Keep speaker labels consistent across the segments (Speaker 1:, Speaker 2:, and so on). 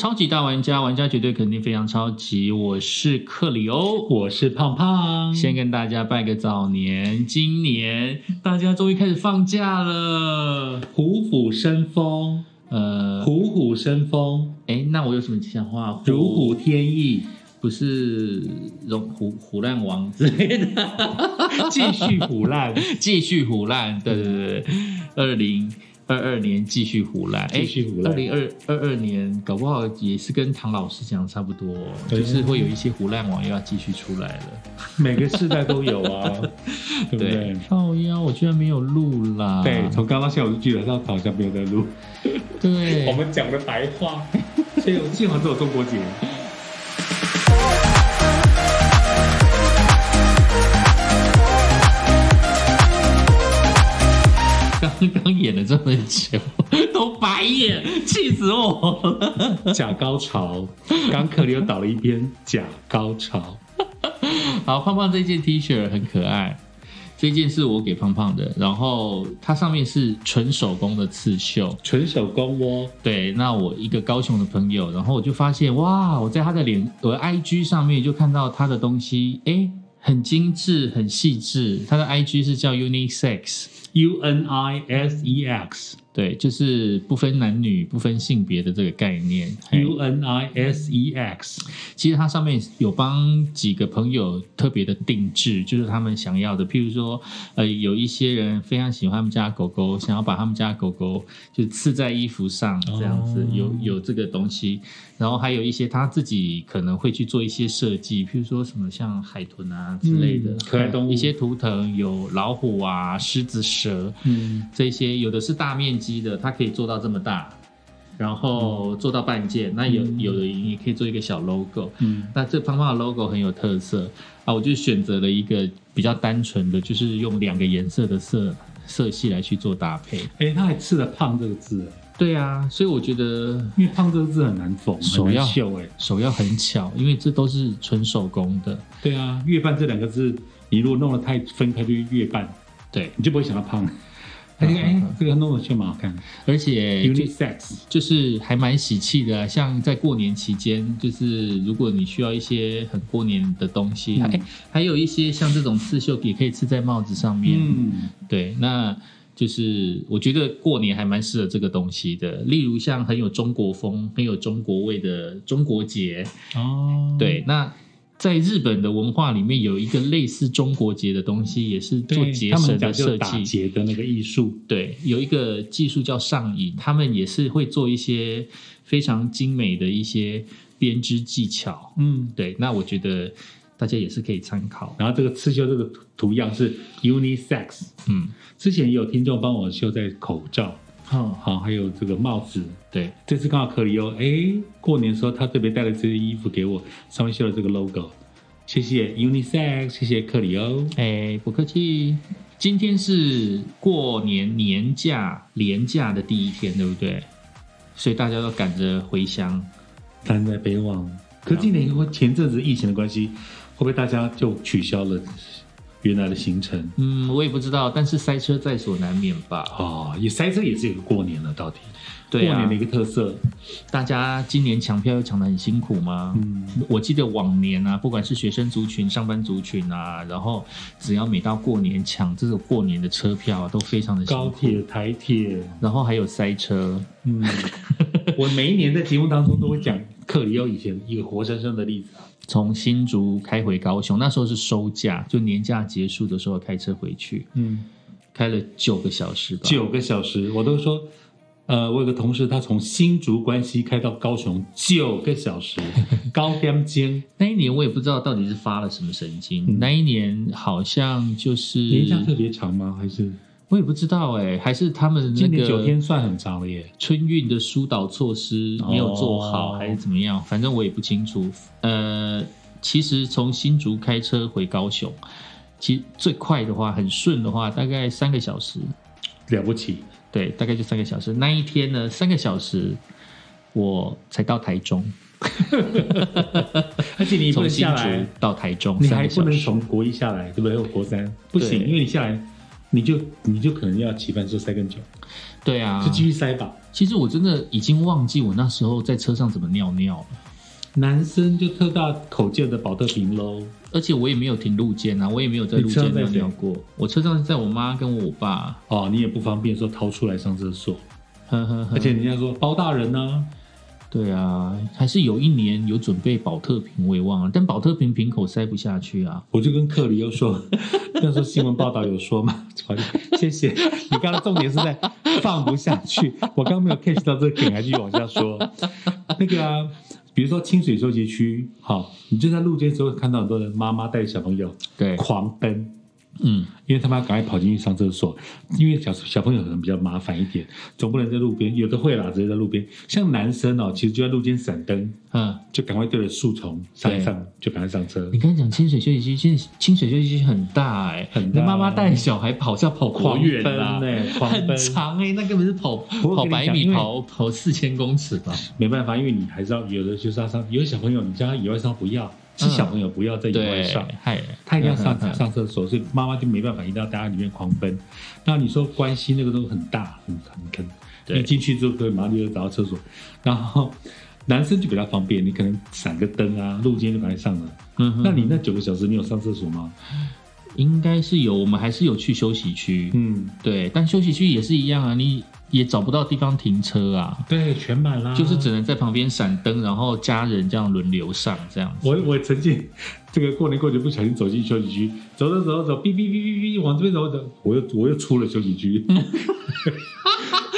Speaker 1: 超级大玩家，玩家绝对肯定非常超级。我是克里欧，
Speaker 2: 我是胖胖，
Speaker 1: 先跟大家拜个早年，今年大家终于开始放假了。
Speaker 2: 虎虎生风，
Speaker 1: 呃，
Speaker 2: 虎虎生风，
Speaker 1: 哎，那我有什么吉祥话？
Speaker 2: 如虎添翼，
Speaker 1: 不是容虎虎烂王之类的，
Speaker 2: 继续虎烂，
Speaker 1: 继续虎烂。对对对对，二零。二二年继续胡来，
Speaker 2: 继续胡来
Speaker 1: 二零二二二年搞不好也是跟唐老师讲的差不多，
Speaker 2: 对
Speaker 1: 就是会有一些胡烂网又要继续出来了。
Speaker 2: 每个世代都有 啊，对不对？
Speaker 1: 靠腰，我居然没有录啦！
Speaker 2: 对，从刚到现在我就觉得他好像没有在录，
Speaker 1: 对，
Speaker 2: 我们讲的白话，所以我幸好只有中 国节。
Speaker 1: 刚刚演了这么久， 都白演，气死我了！
Speaker 2: 假高潮，刚可里又导了一篇假高潮，
Speaker 1: 好，胖胖这件 T 恤很可爱，这件是我给胖胖的，然后它上面是纯手工的刺绣。
Speaker 2: 纯手工哦，
Speaker 1: 对，那我一个高雄的朋友，然后我就发现哇，我在他的脸，我的 IG 上面就看到他的东西，哎，很精致，很细致。他的 IG 是叫 Unisex，
Speaker 2: U N I S E X
Speaker 1: 对，就是不分男女、不分性别的这个概念。嘿
Speaker 2: U N I S E X，
Speaker 1: 其实它上面有帮几个朋友特别的定制，就是他们想要的。譬如说，呃，有一些人非常喜欢他们家的狗狗，想要把他们家的狗狗就刺在衣服上，这样子、
Speaker 2: 哦
Speaker 1: 有有这个东西。然后还有一些他自己可能会去做一些设计，譬如说什么像海豚啊之类的、
Speaker 2: 嗯可爱动物
Speaker 1: 一些图腾有老虎啊、狮子、蛇，
Speaker 2: 嗯，
Speaker 1: 这些有的是大面积的，它可以做到这么大，然后做到半件。那有
Speaker 2: 嗯
Speaker 1: 有的也可以做一个小 logo。
Speaker 2: 嗯，
Speaker 1: 那这胖胖的 logo 很有特色啊，我就选择了一个比较单纯的，就是用两个颜色的色色系来去做搭配。
Speaker 2: 哎、他还刺了“胖”这个字，
Speaker 1: 对啊，所以我觉得
Speaker 2: 因为“胖”这个字很难缝，
Speaker 1: 手
Speaker 2: 很
Speaker 1: 要
Speaker 2: 难绣，哎，
Speaker 1: 手要很巧，因为这都是纯手工的。
Speaker 2: 对啊，月半这两个字，你如果弄得太分开，就是月半，
Speaker 1: 对，
Speaker 2: 你就不会想到胖。 哎、哎、这个弄得就蛮好看
Speaker 1: 而且就
Speaker 2: ，unisex，
Speaker 1: 就是还蛮喜气的啊、像在过年期间，就是如果你需要一些很过年的东西，
Speaker 2: 嗯
Speaker 1: 还还有一些像这种刺绣也可以刺在帽子上面。
Speaker 2: 嗯，
Speaker 1: 对，那就是我觉得过年还蛮适合这个东西的。例如像很有中国风、很有中国味的中国节，
Speaker 2: 哦，
Speaker 1: 对，那。在日本的文化里面，有一个类似中国节的东西，也是做
Speaker 2: 对，
Speaker 1: 结
Speaker 2: 他
Speaker 1: 绳
Speaker 2: 们
Speaker 1: 的
Speaker 2: 讲
Speaker 1: 设
Speaker 2: 究打
Speaker 1: 计。
Speaker 2: 结的那个艺术，
Speaker 1: 对，有一个技术叫上瘾，他们也是会做一些非常精美的一些编织技巧。
Speaker 2: 嗯，
Speaker 1: 对，那我觉得大家也是可以参考。
Speaker 2: 然后这个刺绣这个图图样是 unisex。
Speaker 1: 嗯，
Speaker 2: 之前也有听众帮我绣在口罩，
Speaker 1: 哦，
Speaker 2: 好，还有这个帽子。
Speaker 1: 对，
Speaker 2: 这次刚好克里欧，哎，过年的时候他特别带了这件衣服给我，上面绣了这个 logo。谢谢 unisex，谢谢克里哦欧。
Speaker 1: 哎，不客气。今天是过年年假连假的第一天，对不对？所以大家都赶着回乡。
Speaker 2: 站在北望，可是今年因为前阵子疫情的关系，会不会大家就取消了原来的行程？
Speaker 1: 嗯，我也不知道，但是塞车在所难免吧。
Speaker 2: 哦，也塞车也是一个过年了，到底、
Speaker 1: 对
Speaker 2: 过
Speaker 1: 啊
Speaker 2: 年的，一个特色。
Speaker 1: 大家今年抢票又抢得很辛苦吗？
Speaker 2: 嗯，
Speaker 1: 我记得往年啊，不管是学生族群、上班族群啊，然后只要每到过年抢这种过年的车票、啊，都非常的辛苦
Speaker 2: 高，铁、台铁，
Speaker 1: 然后还有塞车。
Speaker 2: 嗯， 我每一年在节目当中都会讲克里欧以前一个活生生的例子啊。
Speaker 1: 从新竹开回高雄，那时候是收假，就年假结束的时候开车回去，
Speaker 2: 嗯，
Speaker 1: 开了九个小时吧。
Speaker 2: 九个小时，我都说，呃，我有个同事他从新竹关西开到高雄九个 小时，高点间，
Speaker 1: 那一年我也不知道到底是发了什么神经，
Speaker 2: 嗯
Speaker 1: 那一年好像就是
Speaker 2: 年假特别长吗？还是
Speaker 1: 我也不知道哎、还是他们那
Speaker 2: 今年
Speaker 1: 个
Speaker 2: 九天算很长了耶？
Speaker 1: 春运的疏导措施没有做好，
Speaker 2: 哦
Speaker 1: 还是怎么样？反正我也不清楚。呃，其实从新竹开车回高雄，其实最快的话，很顺的话，大概三个小时。
Speaker 2: 了不起，
Speaker 1: 对，大概就三个小时。那一天呢，三个小时我才到台中，
Speaker 2: 而且你不
Speaker 1: 从
Speaker 2: 能
Speaker 1: 新
Speaker 2: 下
Speaker 1: 竹
Speaker 2: 来，
Speaker 1: 到台中，
Speaker 2: 你
Speaker 1: 三
Speaker 2: 还
Speaker 1: 个
Speaker 2: 不
Speaker 1: 小
Speaker 2: 能
Speaker 1: 时。
Speaker 2: 从国一下来，对不对？或国三不行，
Speaker 1: 对
Speaker 2: 因为你下来你就你就可能要期盼说塞更久，
Speaker 1: 对啊
Speaker 2: 就，继续塞吧。
Speaker 1: 其实我真的已经忘记我那时候在车上怎么尿尿了，
Speaker 2: 男生就特大口径的保特瓶喽，
Speaker 1: 而且我也没有停路肩啊，我也没有在路
Speaker 2: 你
Speaker 1: 肩
Speaker 2: 车
Speaker 1: 尿
Speaker 2: 上在
Speaker 1: 尿过。我车上是在我妈跟我爸，
Speaker 2: 哦，你也不方便说掏出来上厕所，
Speaker 1: 嗯呵呵呵。
Speaker 2: 而且人家说包大人呢、
Speaker 1: 对啊，还是有一年有准备保特瓶，我也忘了，但保特瓶瓶口塞不下去啊。
Speaker 2: 我就跟克里又说， 那时候新闻报道有说嘛，传谢谢。你刚刚重点是在放不下去，我刚刚没有 catch 到这个梗，还继续往下说。那个啊，比如说清水收集区，好，你就在路街之后看到很多人妈妈带着小朋友
Speaker 1: 对，
Speaker 2: 狂奔，
Speaker 1: 嗯，
Speaker 2: 因为他们要赶快跑进去上厕所，因为小小朋友可能比较麻烦一点，总不能在路边，有的会啦，直接在路边。像男生哦，其实就在路边闪灯，
Speaker 1: 嗯，
Speaker 2: 就赶快对着树丛上一上，就赶快上车
Speaker 1: 你。刚才讲清水休息区，清清水休息区很大哎、
Speaker 2: 很
Speaker 1: 那
Speaker 2: 大啊
Speaker 1: 妈妈带小孩跑是要跑多远啊
Speaker 2: 狂？奔欸狂奔
Speaker 1: 很长哎、那根本是跑
Speaker 2: 过
Speaker 1: 跑
Speaker 2: 我跟你
Speaker 1: 百
Speaker 2: 讲
Speaker 1: 米，
Speaker 2: 因为
Speaker 1: 跑跑四千公尺吧？
Speaker 2: 没办法，因为你还是要有的就是要上，有的小朋友你叫他野外上不要，是
Speaker 1: 嗯
Speaker 2: 小朋友不要在野外
Speaker 1: 对
Speaker 2: 上，，
Speaker 1: 嗨，
Speaker 2: 他一定要上、
Speaker 1: 嗯嗯嗯
Speaker 2: 上厕所，所以妈妈就没办法，一定要带他里面狂奔。那你说关系那个都很大，很很
Speaker 1: 对
Speaker 2: 很，一进去之后可以马上就找到厕所，然后。男生就比较方便，你可能闪个灯啊，路肩就赶快上了。
Speaker 1: 嗯哼
Speaker 2: 那你那九个小时，你有上厕所吗？
Speaker 1: 应该是有，我们还是有去休息区，
Speaker 2: 嗯，
Speaker 1: 对，但休息区也是一样啊，你也找不到地方停车啊，
Speaker 2: 对，全满啦。
Speaker 1: 就是只能在旁边闪灯，然后家人这样轮流上这样子。
Speaker 2: 我我曾经这个过年过节不小心走进休息区，走走走走，哔哔哔哔哔，往这边走走，我又我又出了休 息区。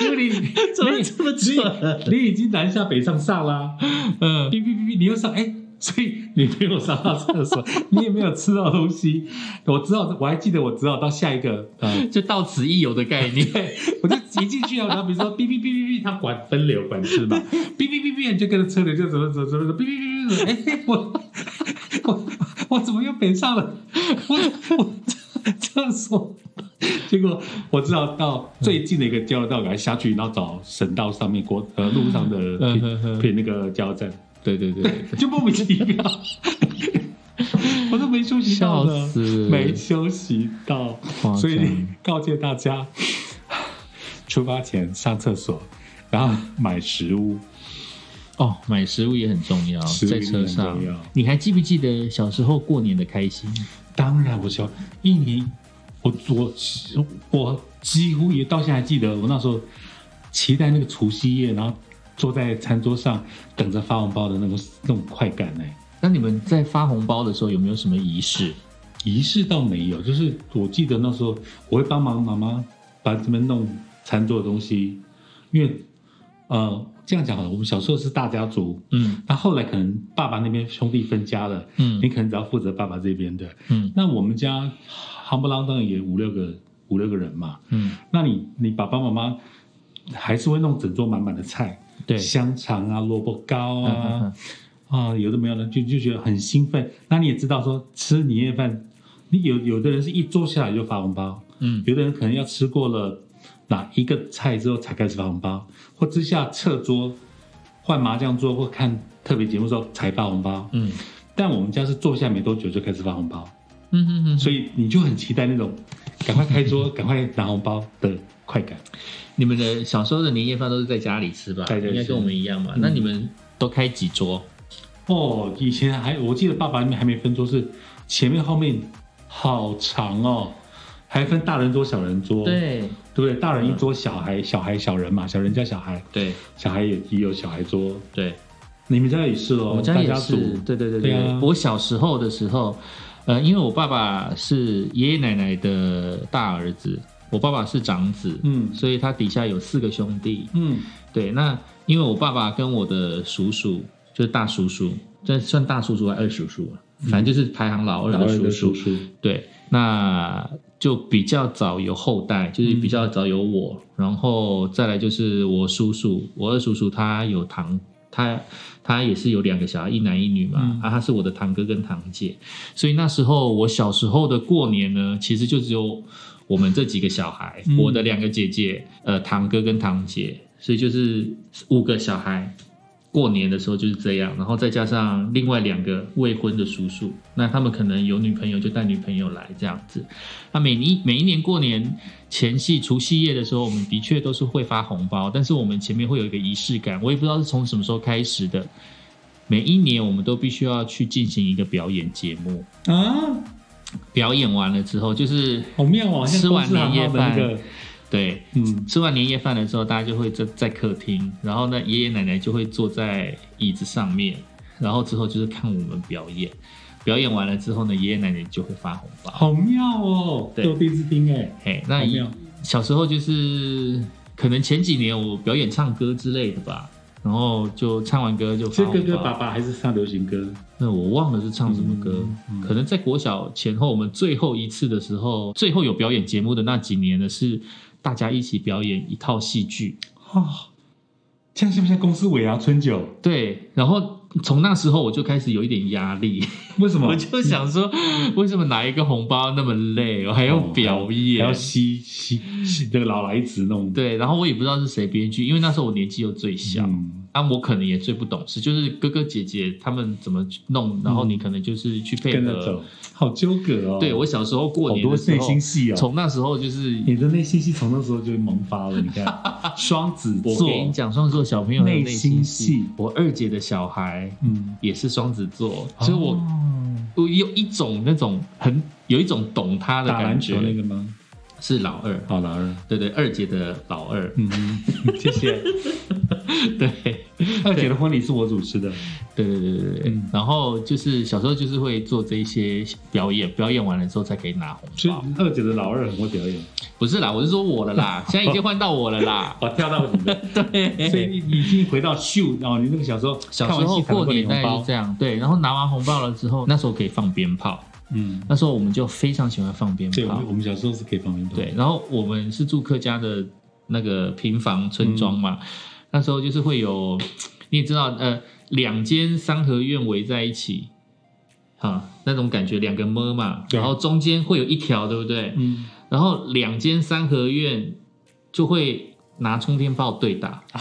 Speaker 2: 因为你
Speaker 1: 怎么这么蠢？
Speaker 2: 你你已经南下北上上啦、
Speaker 1: 嗯，
Speaker 2: 哔哔哔哔，你又上哎。所以你没有上到厕所，你也没有吃到东西。我知道，我还记得，我只好到下一个，呃，
Speaker 1: 就到此一游的概念。
Speaker 2: 我就一进去啊，然后比如说哔哔哔哔哔，他管分流管制嘛，哔哔哔哔，你就跟着车流就走走走走走，哔哔哔哔，哎、我我我怎么又北上了？我我厕所，结果我只好到最近的一个交流道给它下去，然后找省道上面国呃路上的
Speaker 1: 嗯哼哼
Speaker 2: 配那个加油站，
Speaker 1: 对对对对，
Speaker 2: 就莫名其妙，我都没休息到
Speaker 1: 笑
Speaker 2: 呢，
Speaker 1: 死，
Speaker 2: 没休息到
Speaker 1: 夸，张
Speaker 2: 所以告诫大家， 出发前上厕所，然后买食物，
Speaker 1: 哦，买食物也很重要，
Speaker 2: 食物
Speaker 1: 在车
Speaker 2: 也
Speaker 1: 上
Speaker 2: 很重要。
Speaker 1: 你还记不记得小时候过年的开心？
Speaker 2: 当然，我小一年，我我我几乎也到现在还记得，我那时候期待那个除夕夜，然后坐在餐桌上等着发红包的那种那种快感呢、
Speaker 1: 那你们在发红包的时候有没有什么仪式？
Speaker 2: 仪式倒没有，就是我记得那时候我会帮忙妈妈把这边弄餐桌的东西，因为呃这样讲好了，我们小时候是大家族，
Speaker 1: 嗯
Speaker 2: 那后来可能爸爸那边兄弟分家了，
Speaker 1: 嗯
Speaker 2: 你可能只要负责爸爸这边的，
Speaker 1: 嗯
Speaker 2: 那我们家夯不啷当也五六个五六个人嘛，
Speaker 1: 嗯，
Speaker 2: 那你你爸爸妈妈还是会弄整桌满满的菜，
Speaker 1: 对，
Speaker 2: 香肠啊、萝卜糕
Speaker 1: 嗯嗯
Speaker 2: 啊
Speaker 1: 嗯
Speaker 2: 啊，有的没有的，就就觉得很兴奋。那你也知道说吃年夜饭，你有有的人是一桌下来就发红包，
Speaker 1: 嗯
Speaker 2: 有的人可能要吃过了哪一个菜之后才开始发红包，或之下撤桌换麻将桌或看特别节目的时候才发红包。
Speaker 1: 嗯
Speaker 2: 但我们家是坐下没多久就开始发红包，
Speaker 1: 嗯嗯嗯，
Speaker 2: 所以你就很期待那种赶快开桌、赶快拿红包的快感。
Speaker 1: 你们的小时候的年夜饭都是在家里吃吧？
Speaker 2: 在家里吃嗯
Speaker 1: 应该跟我们一样嘛。那你们都开几桌？
Speaker 2: 哦，以前还我记得爸爸那边还没分桌，是前面后面好长哦，还分大人桌、小人桌，
Speaker 1: 对
Speaker 2: 对不对？大人一桌，小孩小孩小人嘛，小人加小孩，
Speaker 1: 对
Speaker 2: 小孩也也有小孩桌。
Speaker 1: 对，
Speaker 2: 你们家也是哦，
Speaker 1: 我们家也
Speaker 2: 大
Speaker 1: 是
Speaker 2: 族，
Speaker 1: 对对对
Speaker 2: 对啊
Speaker 1: 我小时候的时候，呃，因为我爸爸是爷爷奶奶的大儿子，我爸爸是长子，
Speaker 2: 嗯
Speaker 1: 所以他底下有四个兄弟。
Speaker 2: 嗯，
Speaker 1: 对，那因为我爸爸跟我的叔叔，就是大叔叔，这算大叔叔还是二叔叔啊？反正就是排行老二
Speaker 2: 老
Speaker 1: 的
Speaker 2: 二
Speaker 1: 叔
Speaker 2: 的
Speaker 1: 叔
Speaker 2: 叔。叔，
Speaker 1: 对，那就比较早有后代，就是
Speaker 2: 嗯
Speaker 1: 比较早有我，然后再来就是我叔叔，我二叔叔他有堂，他他也是有两个小孩，一男一女嘛，
Speaker 2: 嗯
Speaker 1: 啊，他是我的堂哥跟堂姐，所以那时候我小时候的过年呢，其实就只有我们这几个小孩，
Speaker 2: 嗯
Speaker 1: 我的两个姐姐，呃，堂哥跟堂姐，所以就是五个小孩。过年的时候就是这样，然后再加上另外两个未婚的叔叔，那他们可能有女朋友就带女朋友来这样子。那每一每一年过年前夕除夕夜的时候，我们的确都是会发红包，但是我们前面会有一个仪式感，我也不知道是从什么时候开始的。每一年我们都必须要去进行一个表演节目，
Speaker 2: 啊，
Speaker 1: 表演完了之后就是
Speaker 2: 好妙哦，像
Speaker 1: 吃完
Speaker 2: 公司行
Speaker 1: 年夜
Speaker 2: 号的那
Speaker 1: 饭
Speaker 2: 个，
Speaker 1: 对，
Speaker 2: 嗯，
Speaker 1: 吃完年夜饭的时候，大家就会在在客厅，然后呢，爷爷奶奶就会坐在椅子上面，然后之后就是看我们表演。表演完了之后呢，爷爷奶奶就会发红包。
Speaker 2: 好妙哦，
Speaker 1: 对
Speaker 2: 这我第一次听哎，
Speaker 1: 嘿，
Speaker 2: 好
Speaker 1: 那一
Speaker 2: 妙，
Speaker 1: 小时候就是可能前几年我表演唱歌之类的吧，然后就唱完歌就发
Speaker 2: 是
Speaker 1: 红包。
Speaker 2: 哥哥爸爸还是唱流行歌？
Speaker 1: 那我忘了是唱什么歌，
Speaker 2: 嗯嗯
Speaker 1: 可能在国小前后，我们最后一次的时候，最后有表演节目的那几年呢，是大家一起表演一套戏剧。
Speaker 2: 哦，这样像不像公司尾牙春酒？
Speaker 1: 对，然后从那时候我就开始有一点压力，
Speaker 2: 为什么
Speaker 1: 我就想说，为什么拿一个红包那么累，我还要表
Speaker 2: 还
Speaker 1: 演？
Speaker 2: 要吸吸吸那个老来子那种？
Speaker 1: 对，然后我也不知道是谁编剧，因为那时候我年纪又最小，
Speaker 2: 嗯，
Speaker 1: 啊，我可能也最不懂事，就是哥哥姐姐他们怎么弄，然后你可能就是去配
Speaker 2: 嗯跟着
Speaker 1: 合
Speaker 2: 走。，好纠葛哦。
Speaker 1: 对我小时候过
Speaker 2: 好
Speaker 1: 年
Speaker 2: 多
Speaker 1: 的时
Speaker 2: 内
Speaker 1: 候
Speaker 2: 心，戏哦。
Speaker 1: 从那时候就是
Speaker 2: 你的内心戏从那时候就萌发了，你看，双子
Speaker 1: 我
Speaker 2: 座，
Speaker 1: 跟你讲，双子座小朋友的
Speaker 2: 内
Speaker 1: 内心
Speaker 2: 心
Speaker 1: 戏
Speaker 2: 戏，
Speaker 1: 我二姐的小孩
Speaker 2: 嗯，
Speaker 1: 也是双子座，所以我
Speaker 2: 哦
Speaker 1: 我有一种那种很有一种懂他的
Speaker 2: 打
Speaker 1: 感
Speaker 2: 篮球
Speaker 1: 觉，
Speaker 2: 那个吗？
Speaker 1: 是老二，
Speaker 2: 好，老二，
Speaker 1: 对对，二姐的老二，
Speaker 2: 嗯，谢谢。
Speaker 1: 对对
Speaker 2: 二姐的婚礼是我主持的，
Speaker 1: 对对对对。
Speaker 2: 嗯
Speaker 1: 然后就是小时候就是会做这一些表演，表演完了之后才可以拿红
Speaker 2: 所以
Speaker 1: 包。
Speaker 2: 二姐的老二很会表演。
Speaker 1: 不是啦，我是说我的 啦，现在已经换到我了啦。
Speaker 2: 哦，跳到你的，所以
Speaker 1: 对，
Speaker 2: 你你已经回到秀，然后你那个小时候
Speaker 1: 小
Speaker 2: 看
Speaker 1: 时
Speaker 2: 完
Speaker 1: 候
Speaker 2: 戏才能
Speaker 1: 过
Speaker 2: 够领
Speaker 1: 年代
Speaker 2: 红
Speaker 1: 是
Speaker 2: 包，
Speaker 1: 这样，对。然后拿完红包了之后，那时候可以放鞭炮，
Speaker 2: 嗯，
Speaker 1: 那时候我们就非常喜欢放鞭
Speaker 2: 对，我
Speaker 1: 炮
Speaker 2: 们。我们小时候是可以放鞭炮，
Speaker 1: 对，然后我们是住客家的那个平房村庄嘛，
Speaker 2: 嗯
Speaker 1: 那时候就是会有，你也知道，呃，两间三合院围在一起，啊，那种感觉，两个么嘛，
Speaker 2: 对
Speaker 1: 然后中间会有一条，对不对？
Speaker 2: 嗯
Speaker 1: 然后两间三合院就会拿冲天炮对打，
Speaker 2: 啊，